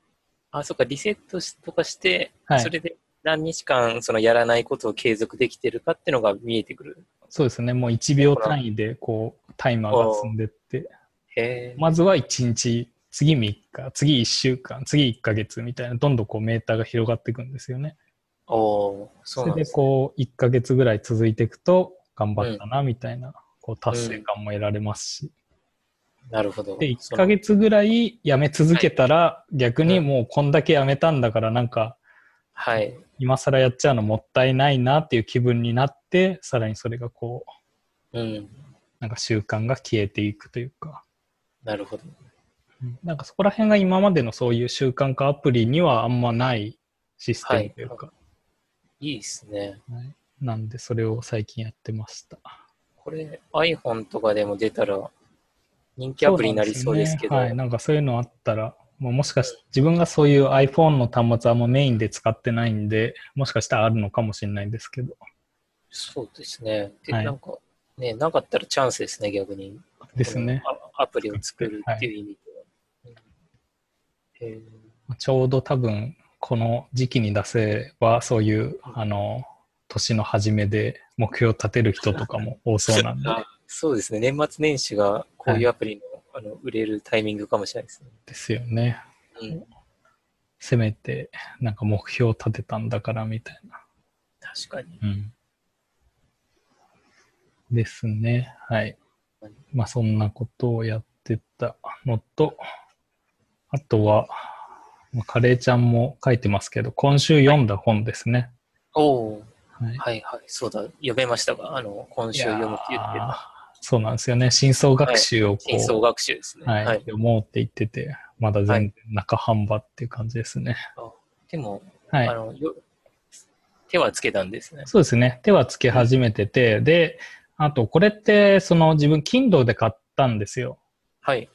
あ、そっか、リセットしとかして、
はい
それで何日間そのやらないことを継続できてるかっていうのが見えてくる。
そうですね。もう1秒単位でこうタイマーが進んでって、
へえ。
まずは1日、次3日、次1週間、次1ヶ月みたいな、どんどんこうメーターが広がっていくんですよね。
おおーそ
そうれ
なん
で
です、
こう1ヶ月ぐらい続いていくと頑張ったなみたいな、こう達成感も得られますし、
なるほど。
で
そ
1
の
ヶ月ぐらいやめ続けたら、逆にもうこんだけやめたんだからなんか
はい。
今更やっちゃうのもったいないなっていう気分になってさらにそれがこう
うん。
なんか習慣が消えていくというか、
なるほど。
なんかそこら辺が今までのそういう習慣化アプリにはあんまないシステムというか、
いいですね。
はいなんでそれを最近やってました。
これ、iPhone とかでも出たら、人気アプリになりそうですけど、
そうなんですよねはい、なんかそういうのあったら、まあ、もしかして自分がそういう iPhone の端末はもうメインで使ってないんで、もしかしたらあるのかもしれないですけど。
そうですね。で、
はい
なんか、ね、なかったらチャンスですね、逆に。
ですね
この。アアプリを作るっていう意味では。うんへ
まあちょうど多分この時期に出せば、そういう、あの、年の初めで目標を立てる人とかも多そうなんで
ーあそうですね。年末年始がこういうアプリの,、あの売れるタイミングかもしれないですね。
ですよね。
うん、
せめてなんか目標を立てたんだからみたいな。
確かに。
うんですね。はい
はい。
まあそんなことをやってたのと、あとは、まあ、カレーちゃんも書いてますけど、今週読んだ本ですね。
おお
はい。
はいはい。そうだ。読めましたが、あの、今週読むって言っ
い
て
やー
た。
そうなんですよね。真相学習をこ
真相
う、
学習ですね。
はい読もうって言ってて、まだ全然中半ばっていう感じですね。
でも、
はい。
あのよ手はつけたんですね。
そうですね。手はつけ始めてて、で、あとこれって、その自分、Kindle で買ったんですよ。
はい。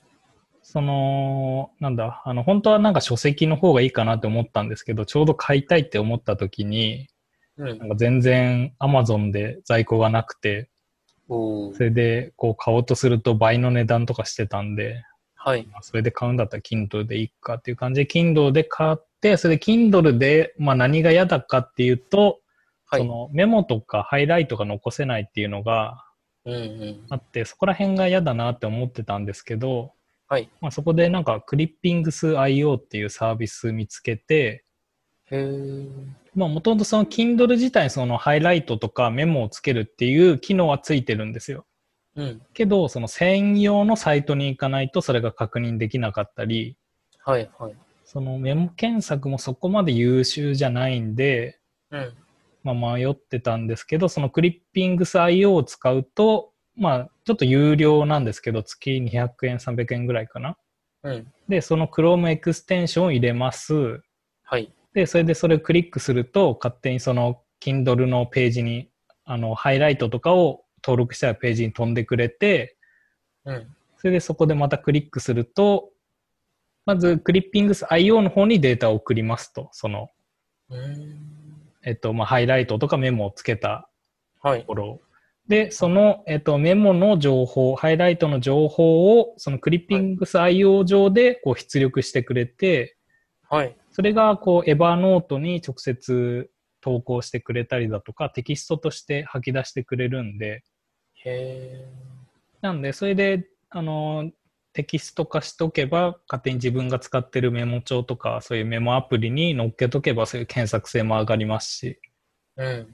その、なんだ、あの、本当はなんか書籍の方がいいかなって思ったんですけど、ちょうど買いたいって思った時に、
うん
なん。か全然 Amazon で在庫がなくて、
お
それでこう買おうとすると倍の値段とかしてたんで、
はい。
まあそれで買うんだったら Kindle でいいかっていう感じで、Kindle で買って、それで Kindle で、まあ何が嫌だかっていうと、
はい。
そのメモとかハイライトが残せないっていうのが
うんうん。
あって、そこら辺が嫌だなって思ってたんですけど、
はい。
まあ、そこでなんかクリッピングス IO っていうサービス見つけて、
へー
まあもともとその Kindle 自体にそのハイライトとかメモをつけるっていう機能はついてるんですよ。
うん。
けど、その専用のサイトに行かないとそれが確認できなかったり、
はいはい。
そのメモ検索もそこまで優秀じゃないんで、
うん。
まあ、迷ってたんですけど、そのクリッピングス IO を使うと、まあ、ちょっと有料なんですけど、月200円、300円ぐらいかな。
うん。
で、その Chrome エクステンションを入れます。
はい。
で、それでそれをクリックすると、勝手にその Kindle のページに、あの、ハイライトとかを登録したページに飛んでくれて、
うん。
それでそこでまたクリックすると、まず、クリッピングス IO の方にデータを送りますと、その、
うん。
えっと、まあ、ハイライトとかメモをつけた
はい
と。ころで、その、えっと、メモの情報、ハイライトの情報を、そのクリッピングス IO 上でこう出力してくれて、
はい。
それがこう、エバーノートに直接投稿してくれたりだとか、テキストとして吐き出してくれるんで、
へえ。
なんで、それで、あの、テキスト化しとけば、勝手に自分が使ってるメモ帳とか、そういうメモアプリに載っけとけば、そういう検索性も上がりますし、
うん。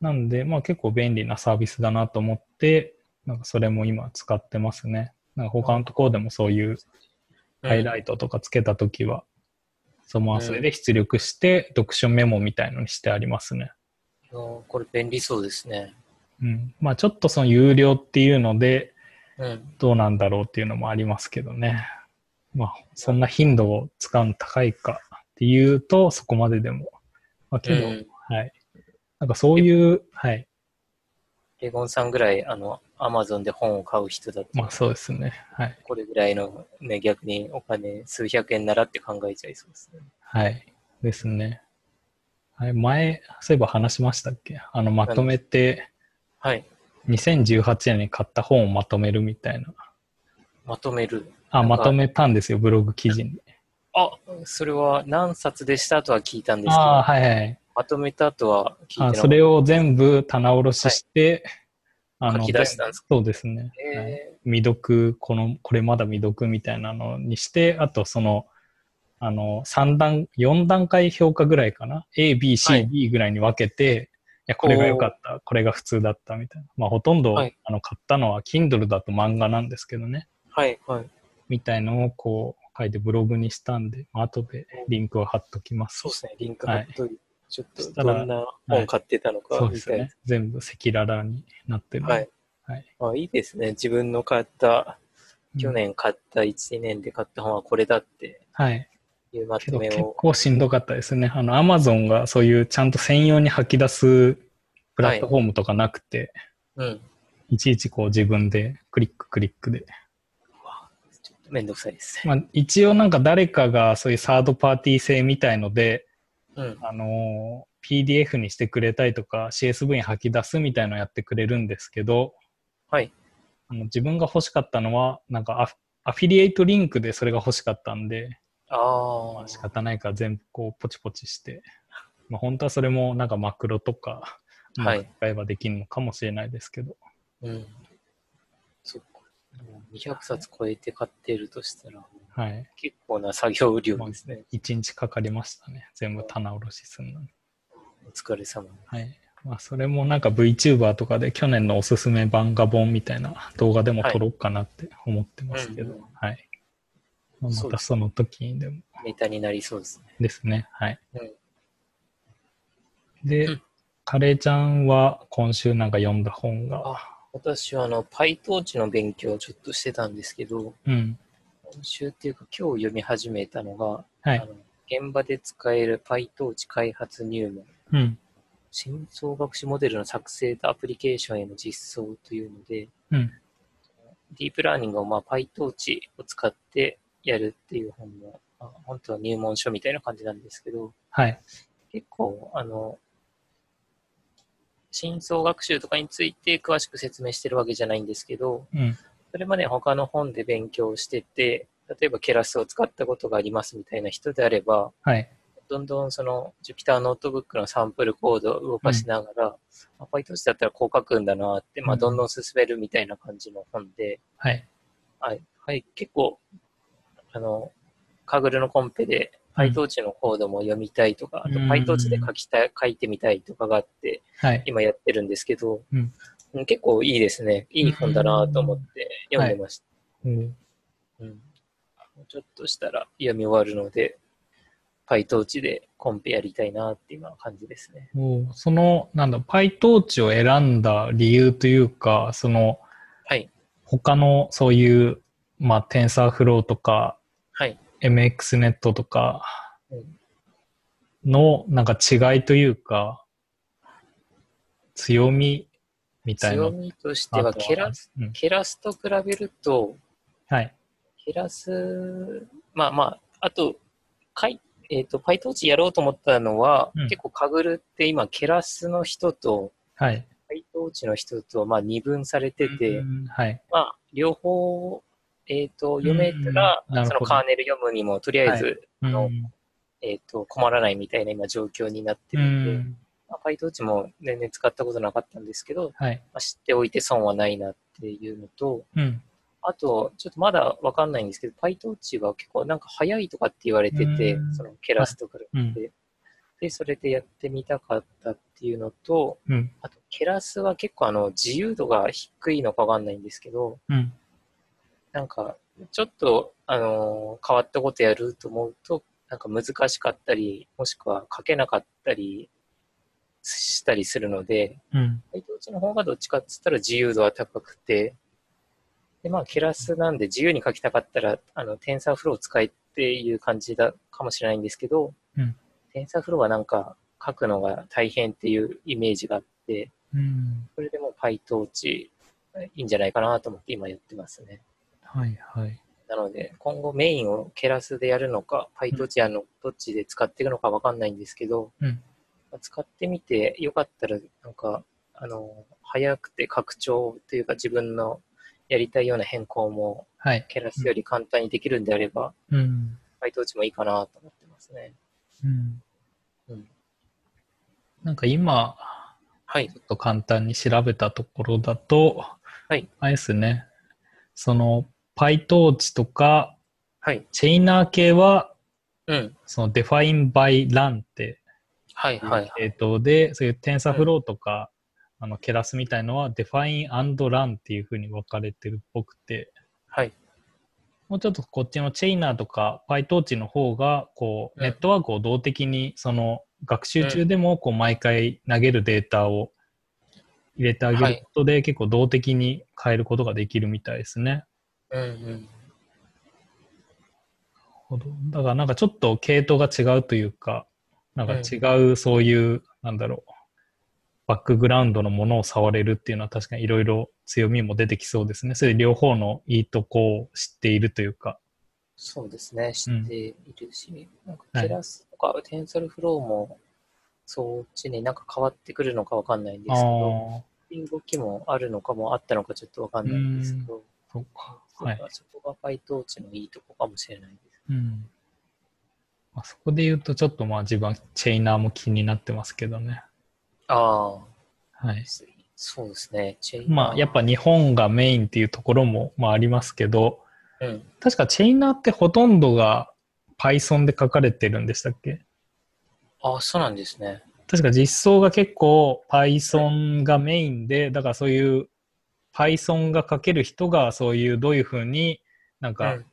なんで、まあ結構便利なサービスだなと思って、なんかそれも今使ってますね。なんか他のところでもそういうハイライトとかつけたときは、そのままそれで出力して、読書メモみたいのにしてありますね。
いやーこれ便利そうですね。
うん。まあちょっとその有料っていうので、
うん。
どうなんだろうっていうのもありますけどね。まあそんな頻度を使うの高いかっていうと、そこまででも。まあけど、
うん
はい。なんかそういう、はい。
レゴンさんぐらい、あの、アマゾンで本を買う人だと、
まあそうですね。はい。
これぐらいの、ね、逆にお金数百円ならって考えちゃいそうですね。
はい。ですね。はい、前、そういえば話しましたっけあの、まとめて、
はい。
2018年に買った本をまとめるみたいな。
まとめる。
あ、
なんか
まとめたんですよ、ブログ記事に。
あ、それは何冊でしたとは聞いたんですけど、
ああ、はいはい。
まとめたとは聞いてな
あ
かった。
それを全部棚卸しして、あ
書き出したんですか
そうですね。はい
え
未読、この、これまだ未読みたいなのにして、あとその、あの、三段、4段階評価ぐらいかな。A、B、
は
C、
い
D ぐらいに分けて、い、や、これが良かった、これが普通だったみたいな。まあ、ほとんど、
はい
あの、買ったのは Kindle だと漫画なんですけどね。
ーはい、はい。
みたいのをこう、書いてブログにしたんで、まあ、後でリンクを貼っときます。
そうですね、リンク貼っといて、ちょっ
そし
と
たら
どんな本買ってたのか
そうで
み
す
たいな。
ね。全部赤裸々になってるんで。
はい。
はい
あいいですね。自分の買った、
うん
去。年買った1年で買った本はこれだって
はい。
いうま
け
と
ど
め
結
を。
構しんどかったですね。あの、アマゾンがそういうちゃんと専用に吐き出すプラットフォームとかなくて、
うん。
い、ちいちこう自分でクリッククリックで。
ちょっとめんどくさいですね。
まあ、一応なんか誰かがそういうサードパーティー製みたいので、
うん。
あのー PDF にしてくれたりとか CSV に吐き出すみたいのやってくれるんですけど、
はい。
あの自分が欲しかったのは、なんかアフアフィリエイトリンクでそれが欲しかったんで、ま
あ
あ、仕方ないから全部こうポチポチして、まあ、本当はそれもなんかマクロとか、
は
ま
い
あ、使えばできるのかもしれないですけど、
あ。うん。そっか。もう200冊超えて買ってるとしたら、
はい。
結構な作業量
まあ
ですね。
1日かかりましたね。全部棚卸しするのに。
お疲れ様。
はい。まあ、それもなんか VTuber とかで去年のおすすめ漫画本みたいな動画でも撮ろうかなって思ってますけど、
は
はいい。まあ
そ
ま
うで
た
す
その時にでも
ネタになりそうですね。
ですね。はい。
うん
で、
うん
カレーちゃんは今週なんか読んだ本が、
私はあの、PyTorch の勉強をちょっとしてたんですけど、
うん。
今週っていうか今日読み始めたのが、
は
あ
い。
の現場で使える PyTorch 開発入門、
うん。
深層学習モデルの作成とアプリケーションへの実装というので、
うん。
ディープラーニングをまあ PyTorch を使ってやるっていう本の、まあ本当は入門書みたいな感じなんですけど、
はい。
結構、あの、深層学習とかについて詳しく説明してるわけじゃないんですけど、
うん。
それまで他の本で勉強してて、例えばケラスを使ったことがありますみたいな人であれば、
はい。
どんどんその Jupyter ノートブックのサンプルコードを動かしながら、まあ PyTorch だったらこう書くんだなって、まあ、
うん
どんどん進めるみたいな感じの本で、
はい。
はい、はい、結構、あの、カグルのコンペで PyTorch のコードも読みたいとか、あと
うん
PyTorch で書きたい、書いてみたいとかがあって、
はい。
今やってるんですけど、
うん
うん結構いいですね。いい本だなと思って読んでました。
うん
うん、ちょっとしたら読み終わるので、 PyTorch でコンペやりたいなっていうような感じですね。
おその、なんだ、PyTorch を選んだ理由というか、その、
はい。
他のそういう、まあ、TensorFlow とか、
はい。
MXNet とか
はい
の、なんか違いというか、強みみたいな。
強みとしては、
あと
ケラス、
うん
ケラスと比べると、
はい。
ケラス、まあまあ、あと、かいえっ、と、PyTorch やろうと思ったのは、
うん
結構カグルって今、ケラスの人と、
はい。
PyTorch の人と、まあ、二分されてて、
うんはい。
まあ、両方、えっ、と、読めたら、
うんなる
そ
ほ
の
ど
カーネル読むにも、とりあえず、
うん
のえっ、と、困らないみたいな今状況になって
う
るんで、
ん
まあ、PyTorch も全然使ったことなかったんですけど、
はい。
まあ、知っておいて損はないなっていうのと、
うん。
あと、ちょっとまだわかんないんですけど、PyTorch は結構なんか早いとかって言われてて
う、ん
そのケラスとかで、
うん。
で、それでやってみたかったっていうのと、
うん。
あと、ケラスは結構あの、自由度が低いのかわかんないんですけど、
うん。
なんか、ちょっと、あのー変わったことやると思うと、なんか難しかったり、もしくは書けなかったりしたりするので、
うん。
配当値の方がどっちかっつったら自由度は高くて、で、まあ、ケラスなんで自由に書きたかったら、あの、テンサーフローを使えっていう感じだかもしれないんですけど、
うん
テンサーフローはなんか書くのが大変っていうイメージがあって、
うん。
それでもう配当値いいんじゃないかなと思って今やってますね。
はいはい。
なので、今後メインをケラスでやるのか、パイトチアのどっちで使っていくのかわかんないんですけど、
うん
まあ使ってみてよかったら、なんか、あの、早くて拡張というか自分のやりたいような変更も
はい。
ケラスより簡単にできるんであれば、
うん。
パイトチもいいかなと思ってますね。
うん
うん
なんか今、
はい
ち。ょっと簡単に調べたところだと、
はい
あれですね、その PyTorch とか
はい。
チェイナー系は、
うん。
その Define by Run って
はい
いう
はい。
系統で、そういう TensorFlow とか、あのケラスみたいのは Define and Run っていうふうに分かれてるっぽくて、
はい。
もうちょっとこっちのチェイナーとか PyTorch の方が、こう、
うん
ネットワークを動的に、その学習中でも、こう、毎回投げるデータを入れてあげることで、結構動的に変えることができるみたいですね。
うんうん。
ほどだからなんかちょっと系統が違うというか、なんか違うそういう、なんだろう、バックグラウンドのものを触れるっていうのは確かにいろいろ強みも出てきそうですね。それで両方のいいとこを知っているというか。
そうですね、知っているし、なんか
はい
テラスとかテンソルフローも、そっちになんか変わってくるのかわかんないんですけど、
ああ、
っていう動きもあるのかもあったのかちょっとわかんないんですけど、
そうか。
そう
はい
か。そこがパイトーチのいいとこかもしれないです。
うんまあ、そこで言うと、ちょっとまあ自分はチェイナーも気になってますけどね。
ああ、
はい。
そうですね、チェイナー
まあやっ、ぱ日本がメインっていうところもまあありますけど、
うん、
確かチェイナーってほとんどが Python で書かれてるんでしたっけ
ああ、そうなんですね。
確か実装が結構 Python がメインで、だからそういう Python が書ける人がそういうどういうふうになん
う
か
ん、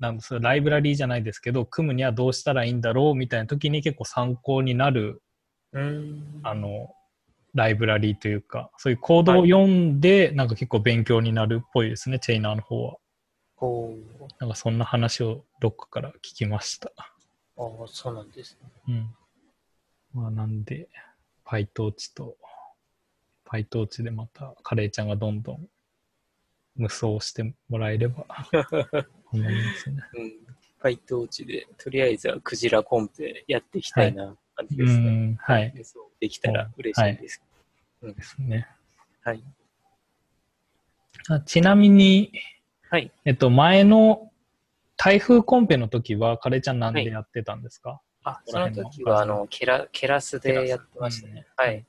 なんそれライブラリーじゃないですけど、組むにはどうしたらいいんだろうみたいな時に結構参考になる
うん、
あの、ライブラリーというか、そういうコードを読んで、なんか結構勉強になるっぽいですね、チェイナーの方は。
こ
なんかそんな話をどっかから聞きました。
う、ああ、そうなんですね。
うん。まあなんで、PyTorch と、PyTorch でまたカレーちゃんがどんどん無双してもらえれ ば、思いますね。
うん、パイトーチで、とりあえずはクジラコンペやっていきたいな、感じですね。
うん、はい。
予想できたら嬉しいです。
ですね。
はい。
あちなみに、
はい。
えっと、前の台風コンペの時は、カレーちゃんなんでやってたんですか、
あ、
こ
そ
こら
の
辺の
時は、あの、ケラ、ケラスでやってましたね。
ケラスうん
はい。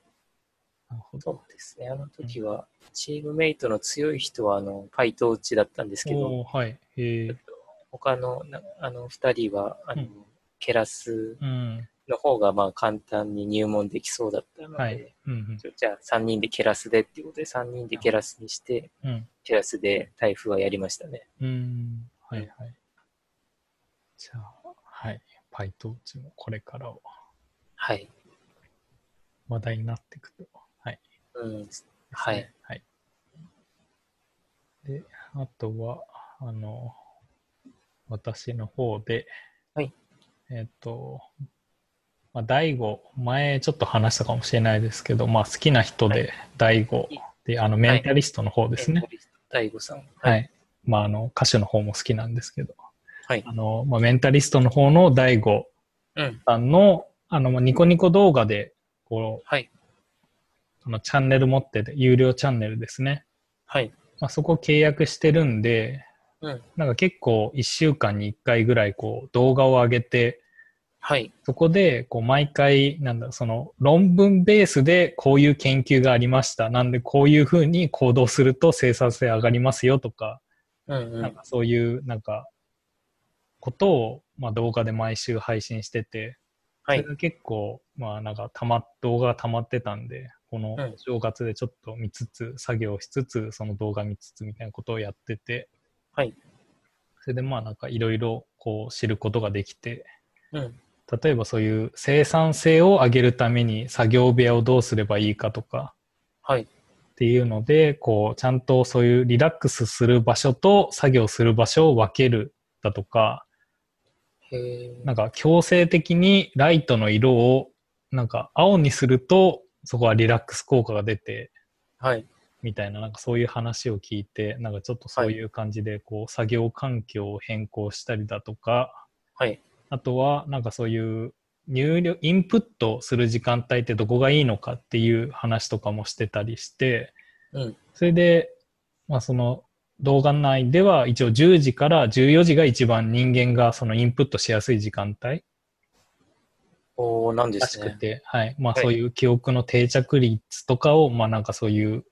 なるほど。
そうですね。あの時は、チームメイトの強い人は、あの、パイトーチだったんですけど、
おーはい。へえ。
他の、なあの、二人は、あの、
うん
ケラス
うん。
の方が、まあ、簡単に入門できそうだったので、
はい。うん
ちょじゃあ、三人でケラスでっていうことで、三人でケラスにして、
うん。うん。
ケラスで台風はやりましたね。
うん。はいはい。じゃあ、はい。 PyTorch もこれからは
はい。
話題になっていくと。はい。
うん。はい。
はい。で、あとは、あの、私の方で、
はい。
えっ、と、まあ、大悟、前ちょっと話したかもしれないですけど、まあ、好きな人で大悟、で、あの、メンタリストの方ですね。。
大悟さん。
はい。。まあ、あの、歌手の方も好きなんですけど、
はい
あ。の、まあ、メンタリストの方の大悟
うん。
さんの、あの、まあニコニコ動画で、こう、
はい。
そのチャンネル持ってて、有料チャンネルですね。
はい。
まあ、そこ契約してるんで、
うん
なんか結構1週間に1回ぐらいこう動画を上げて、
はい。
そこでこう毎回、なんだ、その論文ベースでこういう研究がありました。なんでこういうふうに行動すると生産性上がりますよとか、
うんう
なん
ん。
かそういうなんかことをまあ動画で毎週配信してて、
は
そ
い
れ。が結構、まあなんかたま、動画が溜まってたんで、この
うん
正月でちょっと見つつ、作業しつつ、その動画見つつみたいなことをやってて、
はい。
それでまあなんかいろいろこう知ることができて、
うん。
例えばそういう生産性を上げるために作業部屋をどうすればいいかとか
はい。
っていうので、こうちゃんとそういうリラックスする場所と作業する場所を分けるだとか、
へえ。
なんか強制的にライトの色をなんか青にするとそこはリラックス効果が出て
はい。
みたいななんかそういう話を聞いてなんかちょっとそういう感じでこう作業環境を変更したりだとか
はい。
あとはなんかそういう入力インプットする時間帯ってどこがいいのかっていう話とかもしてたりして
うん。
それでまあその動画内では一応10時から14時が一番人間がそのインプットしやすい時間帯
おおなんで
ら
す
しく
ね。
て、はい。まあ
はい
そういう記憶の定着率とかを、まあなんかそういう、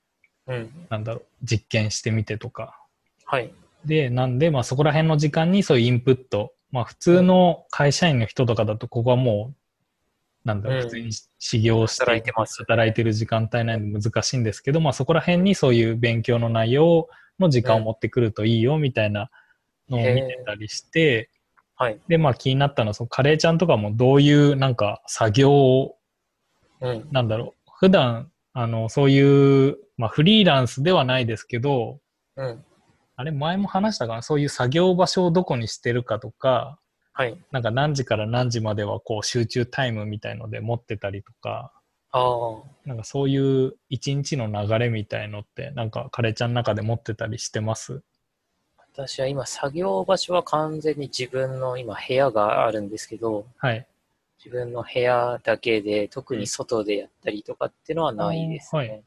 うん。
なんだろう、実験してみてとか。
はい。
で、なんで、まあそこら辺の時間にそういうインプット。まあ普通の会社員の人とかだと、ここはもう、なんだろう、
うん
普通に修行して、
働いてます
働いてる時間帯なんで難しいんですけど、まあそこら辺にそういう勉強の内容の時間を持ってくるといいよ、みたいなのを見てたりして、
はい。
で、まあ気になったのは、そのカレーちゃんとかもどういうなんか作業を
うん。
なんだろう、普段、あの、そういう、まあ、フリーランスではないですけど、
うん。
あれ、前も話したかな、そういう作業場所をどこにしてるかとか、
はい。
なんか何時から何時まではこう集中タイムみたいので持ってたりとか、
ああ。
なんかそういう一日の流れみたいのって、なんかカレちゃんの中で持ってたりしてます
私は今、作業場所は完全に自分の今、部屋があるんですけど、
はい。
自分の部屋だけで、特に外でやったりとかっていうのはないです
うんは
ね。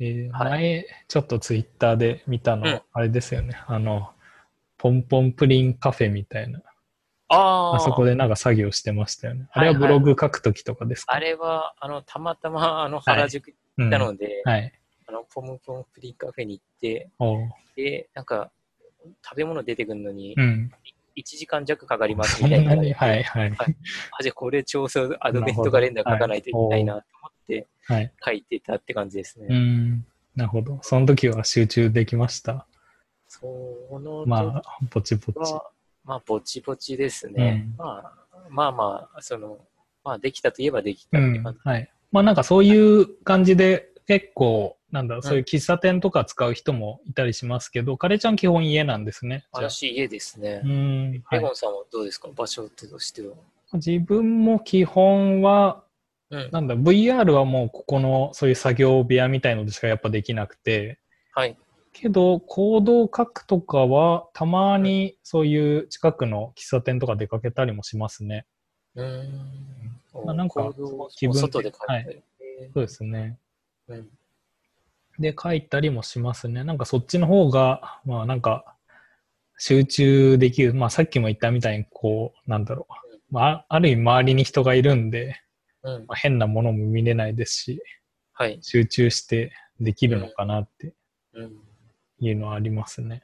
えー
はい
前、ちょっとツイッターで見たの、
うん
あれですよね。あの、ポンポンプリンカフェみたいな。
ああ。
あそこでなんか作業してましたよね。あ
は
れ
いは
はいブログ書くときとかですか、
あれは、あの、たまたま、あの、原宿行
うん
ったので、
はい。
あの、ポムポムプリンカフェに行って、
おう
で、なんか、食べ物出てくるのに
う、ん。
1時間弱かかります
そ
み
ん
たいな。
なに、はいはい。
あ、じゃあこれ調査、アドベントカレンダー書かないといけないなと思って
はい。
書いてたって感じですね。
うん。なるほど。その時は集中できました。
その時
まあ、ぼちぼち。
は、まあ、ぼちぼちですね。
うん
まあ、まあまあ、その、まあ、できたといえばでき
う
たって
ん
感じ。。
はい。まあなんかそういう感じで、結構、なんだろう、そういう喫茶店とか使う人もいたりしますけど、カレちゃん基本家なんですね。じゃあ
私、家ですね
う。ん。は
レ
い
ゴンさんはどうですか場所としては。
自分も基本は、
うん。
なんだ、VR はもうここの、そういう作業部屋みたいのでしかやっぱできなくて、
はい。
けど、行動を書くとかは、たまにそういう近くの喫茶店とか出かけたりもしますね。
うーん。
まあなんか
行動を
気分
外で書いたり。
そうですね。
うん
で、書いたりもしますね。なんかそっちの方が、まあなんか、集中できる。まあさっきも言ったみたいに、こう、なんだろう。まあ、ある意味周りに人がいるんで、
うん
ま。あ、変なものも見れないですし、
はい。
集中してできるのかなって
うん。
いうのはありますね。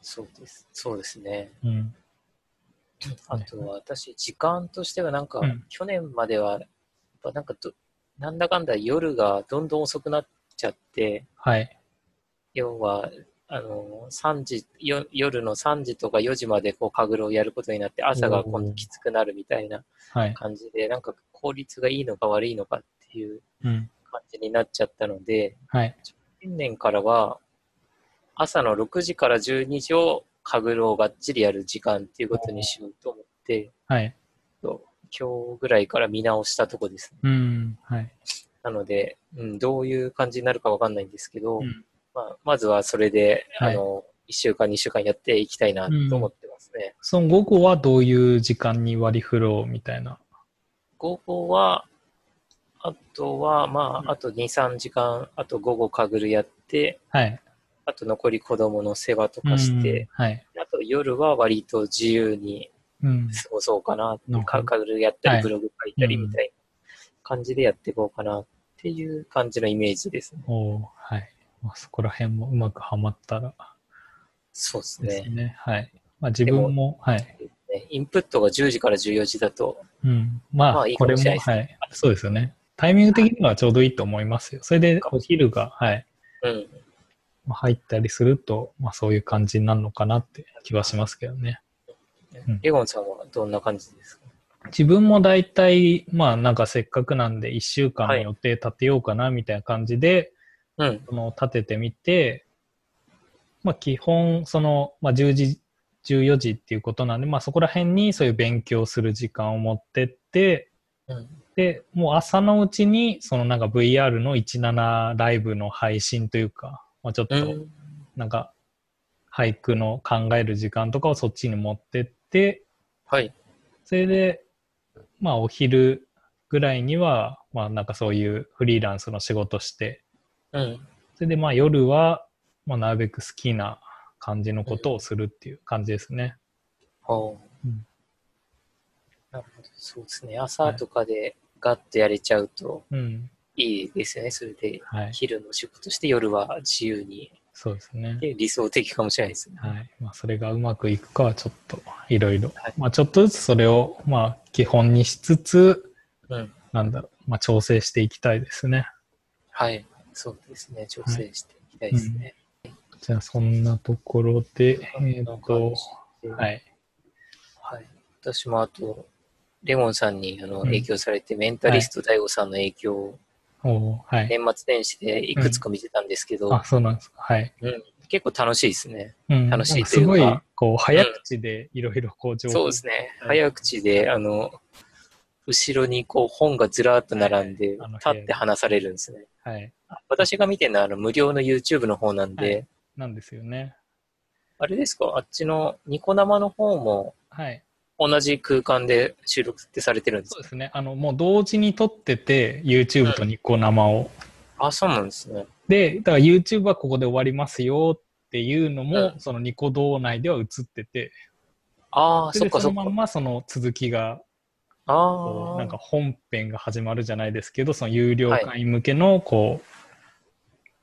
そうです。そうですね。
うん。
あとは私、時間としてはなんか
うん、
去年までは、やっぱなんかど、なんだかんだ夜がどんどん遅くなっちゃって、
はい。
要は、あの、3時、よ夜の3時とか4時までこう、かぐろをやることになって、朝が今
お
度
ー
きつくなるみたいな
はい。
感じで、なんか効率がいいのか悪いのかっていう
うん。
感じになっちゃったので、
はい。
近年からは、朝の6時から12時をかぐろをがっちりやる時間っていうことにしようと思って、
はい。
そう今日ぐらいから見直したとこですね。
うん。はい。
なので、うん、どういう感じになるかわかんないんですけど、
うん
まあ、まずはそれで、
はい
あの、1週間、2週間やっていきたいなと思ってますね。
その午後はどういう時間に割り振ろうみたいな。
午後は、あとは、ま
うん
あ、あと2、3時間、あと午後かぐるやって、
はい。
あと残り子供の世話とかして、
うん。はい。
あと夜は割と自由に
うん。
過ごそうかな、
うん
かかぐるやった
は
り、
い
ブログ書いたり
うん
みたいな感じでやっていこうかなっていう感じのイメージですね。
おーはい。まあ、そこら辺もうまくはまったら
そうです
です
ね。
ね。はい。まあ自分も、はい。
ねインプットが10時から14時だと、
うん。まあ、
まあいい
こ
か
れ
も
も
しれないです
はい。そうですよね。タイミング的にはちょうどいいと思いますよ。それでお昼が、はい。
うん、
まあ入ったりすると、まあそういう感じになるのかなって気はしますけどね。うん
レゴンさんはどんな感じですか
自分も大体、まあなんかせっかくなんで1週間の
はい
予定立てようかなみたいな感じで、
うん、
その立ててみて、まあ基本、その、まあ10時、14時っていうことなんで、まあそこら辺にそういう勉強する時間を持ってって、
うん、
で、もう朝のうちに、そのなんか VR の17ライブの配信というか、まあちょっと、
うん、
なんか、俳句の考える時間とかをそっちに持ってって、
はい、
それで、まあ、お昼ぐらいには、まあ、なんかそういうフリーランスの仕事して、
うん、
それで、まあ、夜は、まあ、なるべく好きな感じのことをするっていう感じですね。
ほう
うん
なるほど、そうですね。朝とかでガッとやれちゃうと
うん。
いいですよね。それで、
はい。
昼の仕事して夜は自由に。
そうですね。
で理想的かもしれないですね。
はい。まあ、それがうまくいくかは、ちょっと、いろいろ
はい。
まあ、ちょっとずつそれを、まあ、基本にしつつ、
うん、
なんだろう、まあ、調整していきたいですね。
はい、そうですね。調整していきたいですね。
じゃあ、そんなところで、えっ、と、
は、
はいい。
はい。私もあと、レモンさんにあ
う
の
ん
影響されて、メンタリスト大悟さんの影響を
おーはい。
年末年始でいくつか見てたんですけど、
あ、そうなんですか。はい。
結構楽しいですね。
うん
楽しい
すご
とい
い
うか、
こう、早口でいろいろこう、情報
そうですね。早口で、あの、後ろにこう本がずらーっと並んで
はいあの、
立って話されるんですね。
はい。
私が見てるのはあの無料の YouTube の方なんで、
はいなんですよね。
あれですか、あっちのニコ生の方も
はい。
同じ空間で収録ってされてるんです
そ
か
うですね。あの、もう同時に撮ってて、YouTube とニコ生を。
あ、そうなんですね。
で、だから YouTube はここで終わりますよっていうのも、
うん
そのニコ動内では映ってて、
ああ、
そ
そ
れ
っ
で
か
その
そっ
ま
か
ん。まその続きが、こ
あ
う
あ、
なんか本編が始まるじゃないですけど、その有料会員向けの、こう、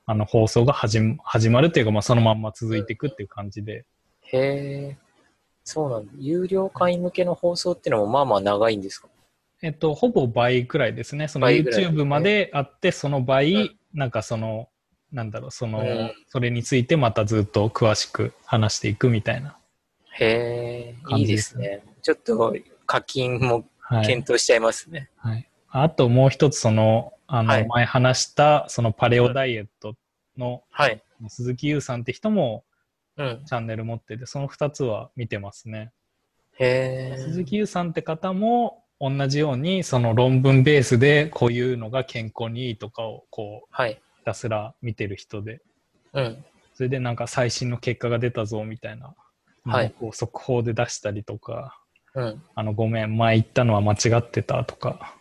あの放送が始ま始まるというか、まあ、そのまんま続いていくっていう感じで、
へえ。そうなんだ。有料会員向けの放送ってのもまあまあ長いんですか
えっと、ほぼ倍くらいですね。その
倍ぐらいですね
YouTube まであって、その倍、
うん
なんかその、なんだろう、その、
うん
それについてまたずっと詳しく話していくみたいな。
へえ、
感
いい
じで
ですす
ね
ね。ちょっと課金も
はい。
検討しちゃいますね。
はい、あともう一つ、その、あの、
はい
前話した、そのパレオダイエットの
はい。
鈴木優さんって人も
うん。
チャンネル持ってて、その二つは見てますね。
へ
鈴
え。
木優さんって方も、同じように、その論文ベースで、こういうのが健康にいいとかを、こう、
はい。
ひたすら見てる人で、
うん。
それでなんか最新の結果が出たぞみたいな、
はい
こう速報で出したりとか、
うん。
あのごめん、前言ったのは間違ってたとか、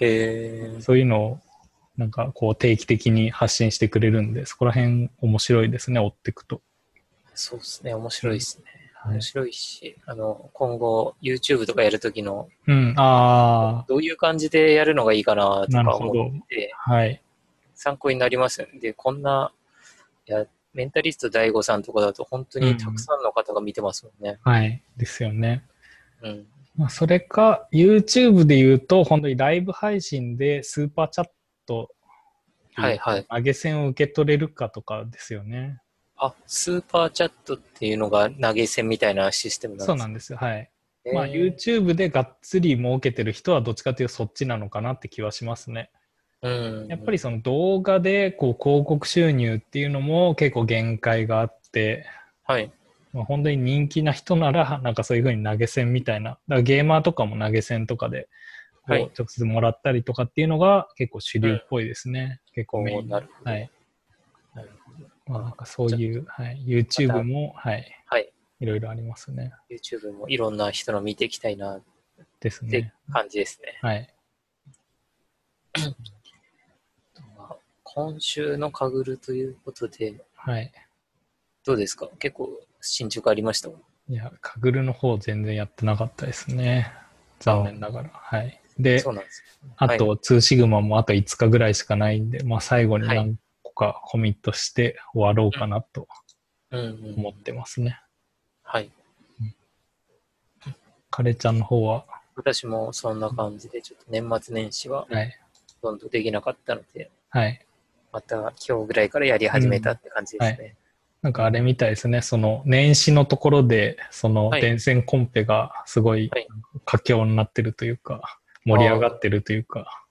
へえ。
そういうのをなんかこう定期的に発信してくれるんで、そこら辺面白いですね、追っていくと。
そうですね。面白いですね。
はい
面白いし、あの、今後 YouTube とかやるときの、
うん、あ
どういう感じでやるのがいいかなと
なる
か
ほど
思って
あ、、はい。
参考になりますよね。で、こんな、いや、メンタリスト DAIGO さんとかだと本当にたくさんの方が見てますもんね。
はい。ですよね。
うん。
まあ、それか、YouTube で言うと、本当にライブ配信でスーパーチャット、
はいはい。
上げ線を受け取れるかとかですよね。
あ、スーパーチャットっていうのが投げ銭みたいなシステムなんです
そうなんですよ。はい。まあ、YouTube でがっつり儲けてる人はどっちかというとそっちなのかなって気はしますね。
うん、
やっぱりその動画でこう広告収入っていうのも結構限界があって、
はい。
まあ、本当に人気な人ならなんかそういうふうに投げ銭みたいなだからゲーマーとかも投げ銭とかでこ
はいう
直接もらったりとかっていうのが結構主流っぽいですね、結構メイ
お
ン
ーなるほど。
はい
なるほど
まあ、なんかそういう、はい、YouTube も、はい、
はい。
いろいろありますね
YouTube もいろんな人の見ていきたいなっ
です
て
ね
感じですね。
はい
まあ今週のカグルということで、
はい
どうですか結構進捗ありました
いやカグルの方全然やってなかったですね残念ながらはいで
そうなんです。
あと2シグマもあと5日ぐらいしかないんで、まあ、最後に何個かコミットして終わろうかなと
うん、う
思っ
ん。
てますね、
はい。
カレちゃんの方は、
私もそんな感じで、ちょっと年末年始は
はい。
ほとんどできなかったので、
はい。
また今日ぐらいからやり始めたって感じですね。
なんかあれみたいですね、その年始のところで、その
はい
電線コンペがすごい
はい
佳境になってるというか、盛り上がってるというか、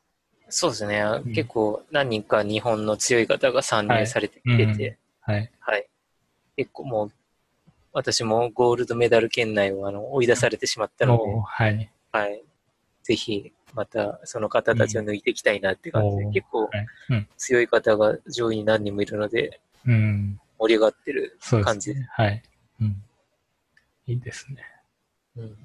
そうですね、
ん
結構何人か日本の強い方が参入されてきてて、
はい。
はい。結構もう、私もゴールドメダル圏内をあの追い出されてしまったので、
おーはい。
はい。ぜひ、またその方たちを抜いていきたいなって感じで、
うんおー
結構
はいうん
強い方が上位に何人もいるので、
うん。
盛り上がってる
そう
感
です
じです。
ね。はい。うん。いいですね。
うん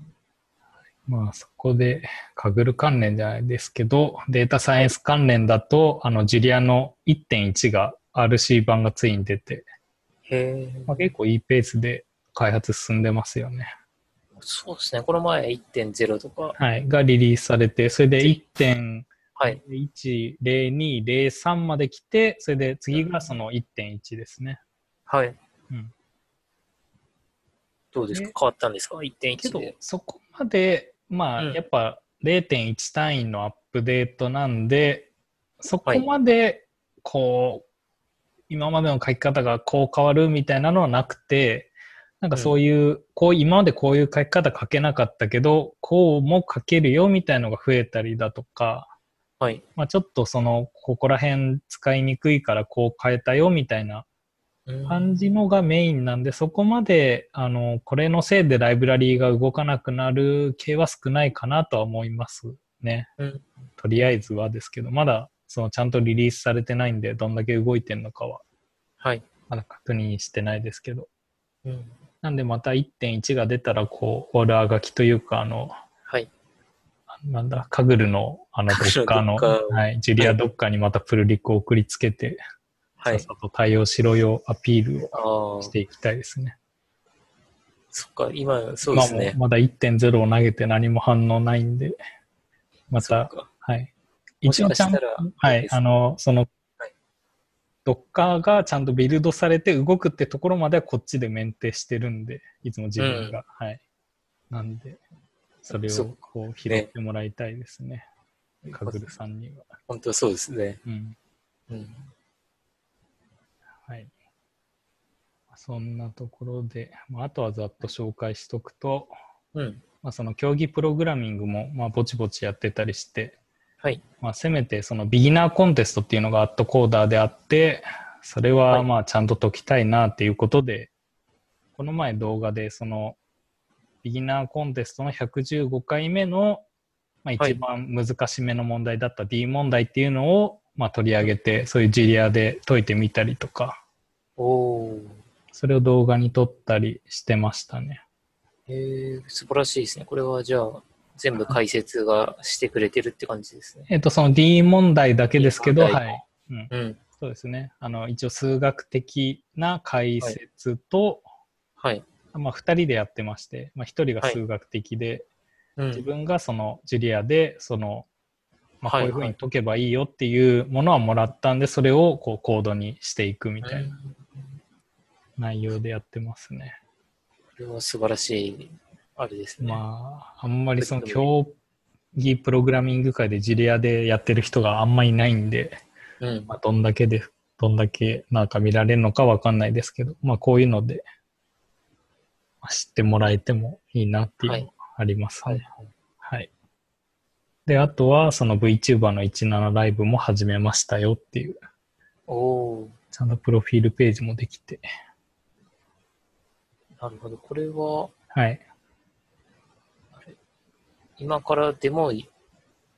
まあそこで、カグル関連じゃないですけど、データサイエンス関連だと、あの、ジュリアの1.1が RC 版がついに出て、
へえ、
まあ、結構いいペースで開発進んでますよね。
そうですね、この前1.0とか、
はい、がリリースされて、それで
はい、
1.10203まで来て、それで次がその1.1ですね。
はい。
うん
どうですか
ね
変わったんですか
け
?1.1
ど
で。、
そこまで、まあ、
うん
やっぱ0.1単位のアップデートなんで、そこまで、こう、今までの書き方がこう変わるみたいなのはなくて、なんかそういう、こう、今までこういう書き方書けなかったけど、こうも書けるよみたいのが増えたりだとか、
はい。
まあ、ちょっとそのここら辺使いにくいからこう変えたよみたいな
うん
感じのがメインなんでそこまであのこれのせいでライブラリーが動かなくなる系は少ないかなとは思いますね
うん
とりあえずはですけどまだそのちゃんとリリースされてないんでどんだけ動いてるのかは
はい。
まだ確認してないですけど
うん
なんでまた1.1が出たらこうオールあがきというかあの
はい。
なんだ、カグルの、あの、ど
カグル
っかの、
どっかを
はい、ジュリアどっかにまたプルリクを送りつけて、さ
は
っ
い。
さと対応しろよアピール
あ
を
あ
し、ていきたいですね。
そっか、今、そうですね
今。もまだ1.0を投げて何も反応ないんで、ま、
そったか
はい。
もし
一応
か
ちゃ
し
ん
た
と
ら、
は
あれで
い、
す
あの、その
はい、
ドッカーがちゃんとビルドされて動くってところまではこっちでメンテしてるんで、いつも自分が、はい。なんで、それ
そ
を
っか
こう拾ってもらいたいですね。カグルさんには。
本当そうですね。
うん。
うん
はい。そんなところで、まあ、あとはざっと紹介しとくと、
うん。
まあ、その競技プログラミングも、まあ、ぼちぼちやってたりして、
はい。
まあ、せめてそのビギナーコンテストっていうのがアットコーダーであって、それ
は
はいまあちゃんと解きたいなっていうことで、この前動画でそのビギナーコンテストの115回目の、まあ、
はい
一番難しめの問題だった D 問題っていうのをまあ取り上げて、そういうジュリアで解いてみたりとか、
おお。
それを動画に撮ったりしてましたね。
えー、素晴らしいですね。これはじゃあ、全部解説がしてくれてるって感じですね。
えっ、と、その D 問題だけですけど、
D 問
は
題
い。うん、
うん。
そうですね。あの、一応数学的な解説と、
はい。
まあ、2人でやってまして、まあ、1人が数学的で、
う
自
ん。
分がそのジュリアで、その、まあ、こ
は
う
い
いうふうに解けばいいよっていうものはもらったんで、それをこうコードにしていくみたいな
うん
内容でやってますね。
これは素晴らしい、あれですね。
まあ、あんまりその競技プログラミング界でジュリアでやってる人があんまりいないんで、
うん
ま。あ、どんだけでどんだけなんか見られるのかわかんないですけど、まあこういうので、まあ知ってもらえてもいいなっていうのはありますね。はい。で、あとはその VTuber の17ライブも始めましたよっていう、
おお
ちゃんとプロフィールページもできて、
ーなるほど。これは、
はい。
今からでもい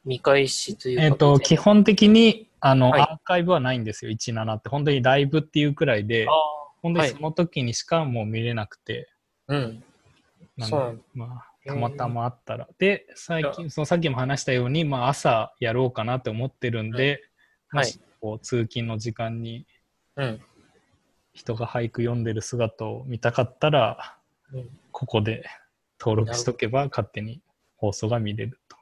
見返しという
えっ、と、基本的に、あの、
はい
アーカイブはないんですよ、17って。本当にライブっていうくらいで
あ、
本当に
はい
その時にしかもう見れなくて、
あー、うん。
な
そうな
の
ん
で
だ、
まあ、
へー
たまたまあったら。で、最近、そのさっきも話したように、まあ、朝やろうかなって思ってるんで、
は
も
い
しこう通勤の時間に
うん。
人が俳句読んでる姿を見たかったら、
うん
ここで登録しとけば勝手に放送が見れると。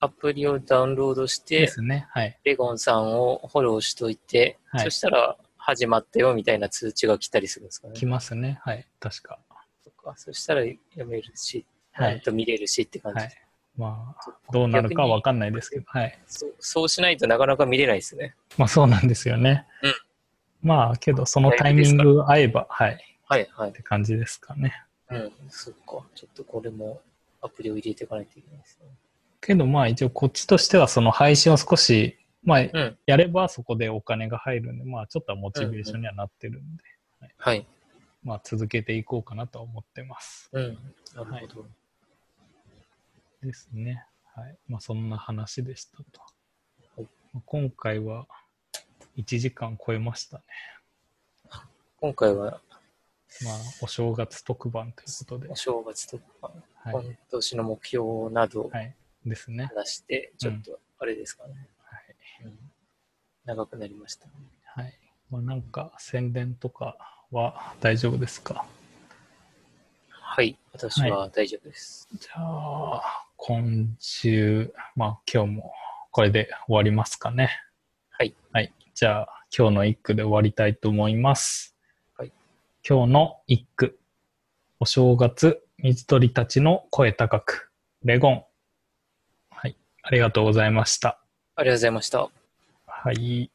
アプリをダウンロードし
で
て、
すね。はい。
レゴンさんをフォローしといて、
はい
そしたら始まったよみたいな通知が来たりするんですかね。
来ますね。はい。確か。
そっかそしたら読めるし、
は
なん
い。
と見れるしって感じ
は
で
い
す、。
まあ、どうなるかはわかんないですけど、はい。
そう。そうしないとなかなか見れないですね。
まあそうなんですよね。
うん
まあけど、そのタイミングが合えば、はい、っ
はいはい。
て感じですかね。
うん、そっか。ちょっとこれもアプリを入れていかないといけないですね。
けどまあ一応こっちとしてはその配信を少し、まあ
うん。
やればそこでお金が入るんで、まあちょっとはモチベーションにはなってるんで、
はい。
まあ続けていこうかなとは思ってます。
うん。なるほど。
はいですね。はい。まあそんな話でしたと。
はい
まあ今回は1時間超えましたね。
今回は
まあお正月特番ということで
お。正月とか、
はい。
今年の目標などを
はい、ですね。
話して、ちょっとあれですかね。
はい
うん長くなりましたね。
はい。まあ、なんか宣伝とかは大丈夫ですか
はい。私は大丈夫です。
じゃあ、今週、まあ今日もこれで終わりますかね。
はい。
はい。じゃあ、今日の一句で終わりたいと思います。
はい。
今日の一句。お正月、水鳥たちの声高く。レゴン。はい。ありがとうございました。
ありがとうございました。
はい。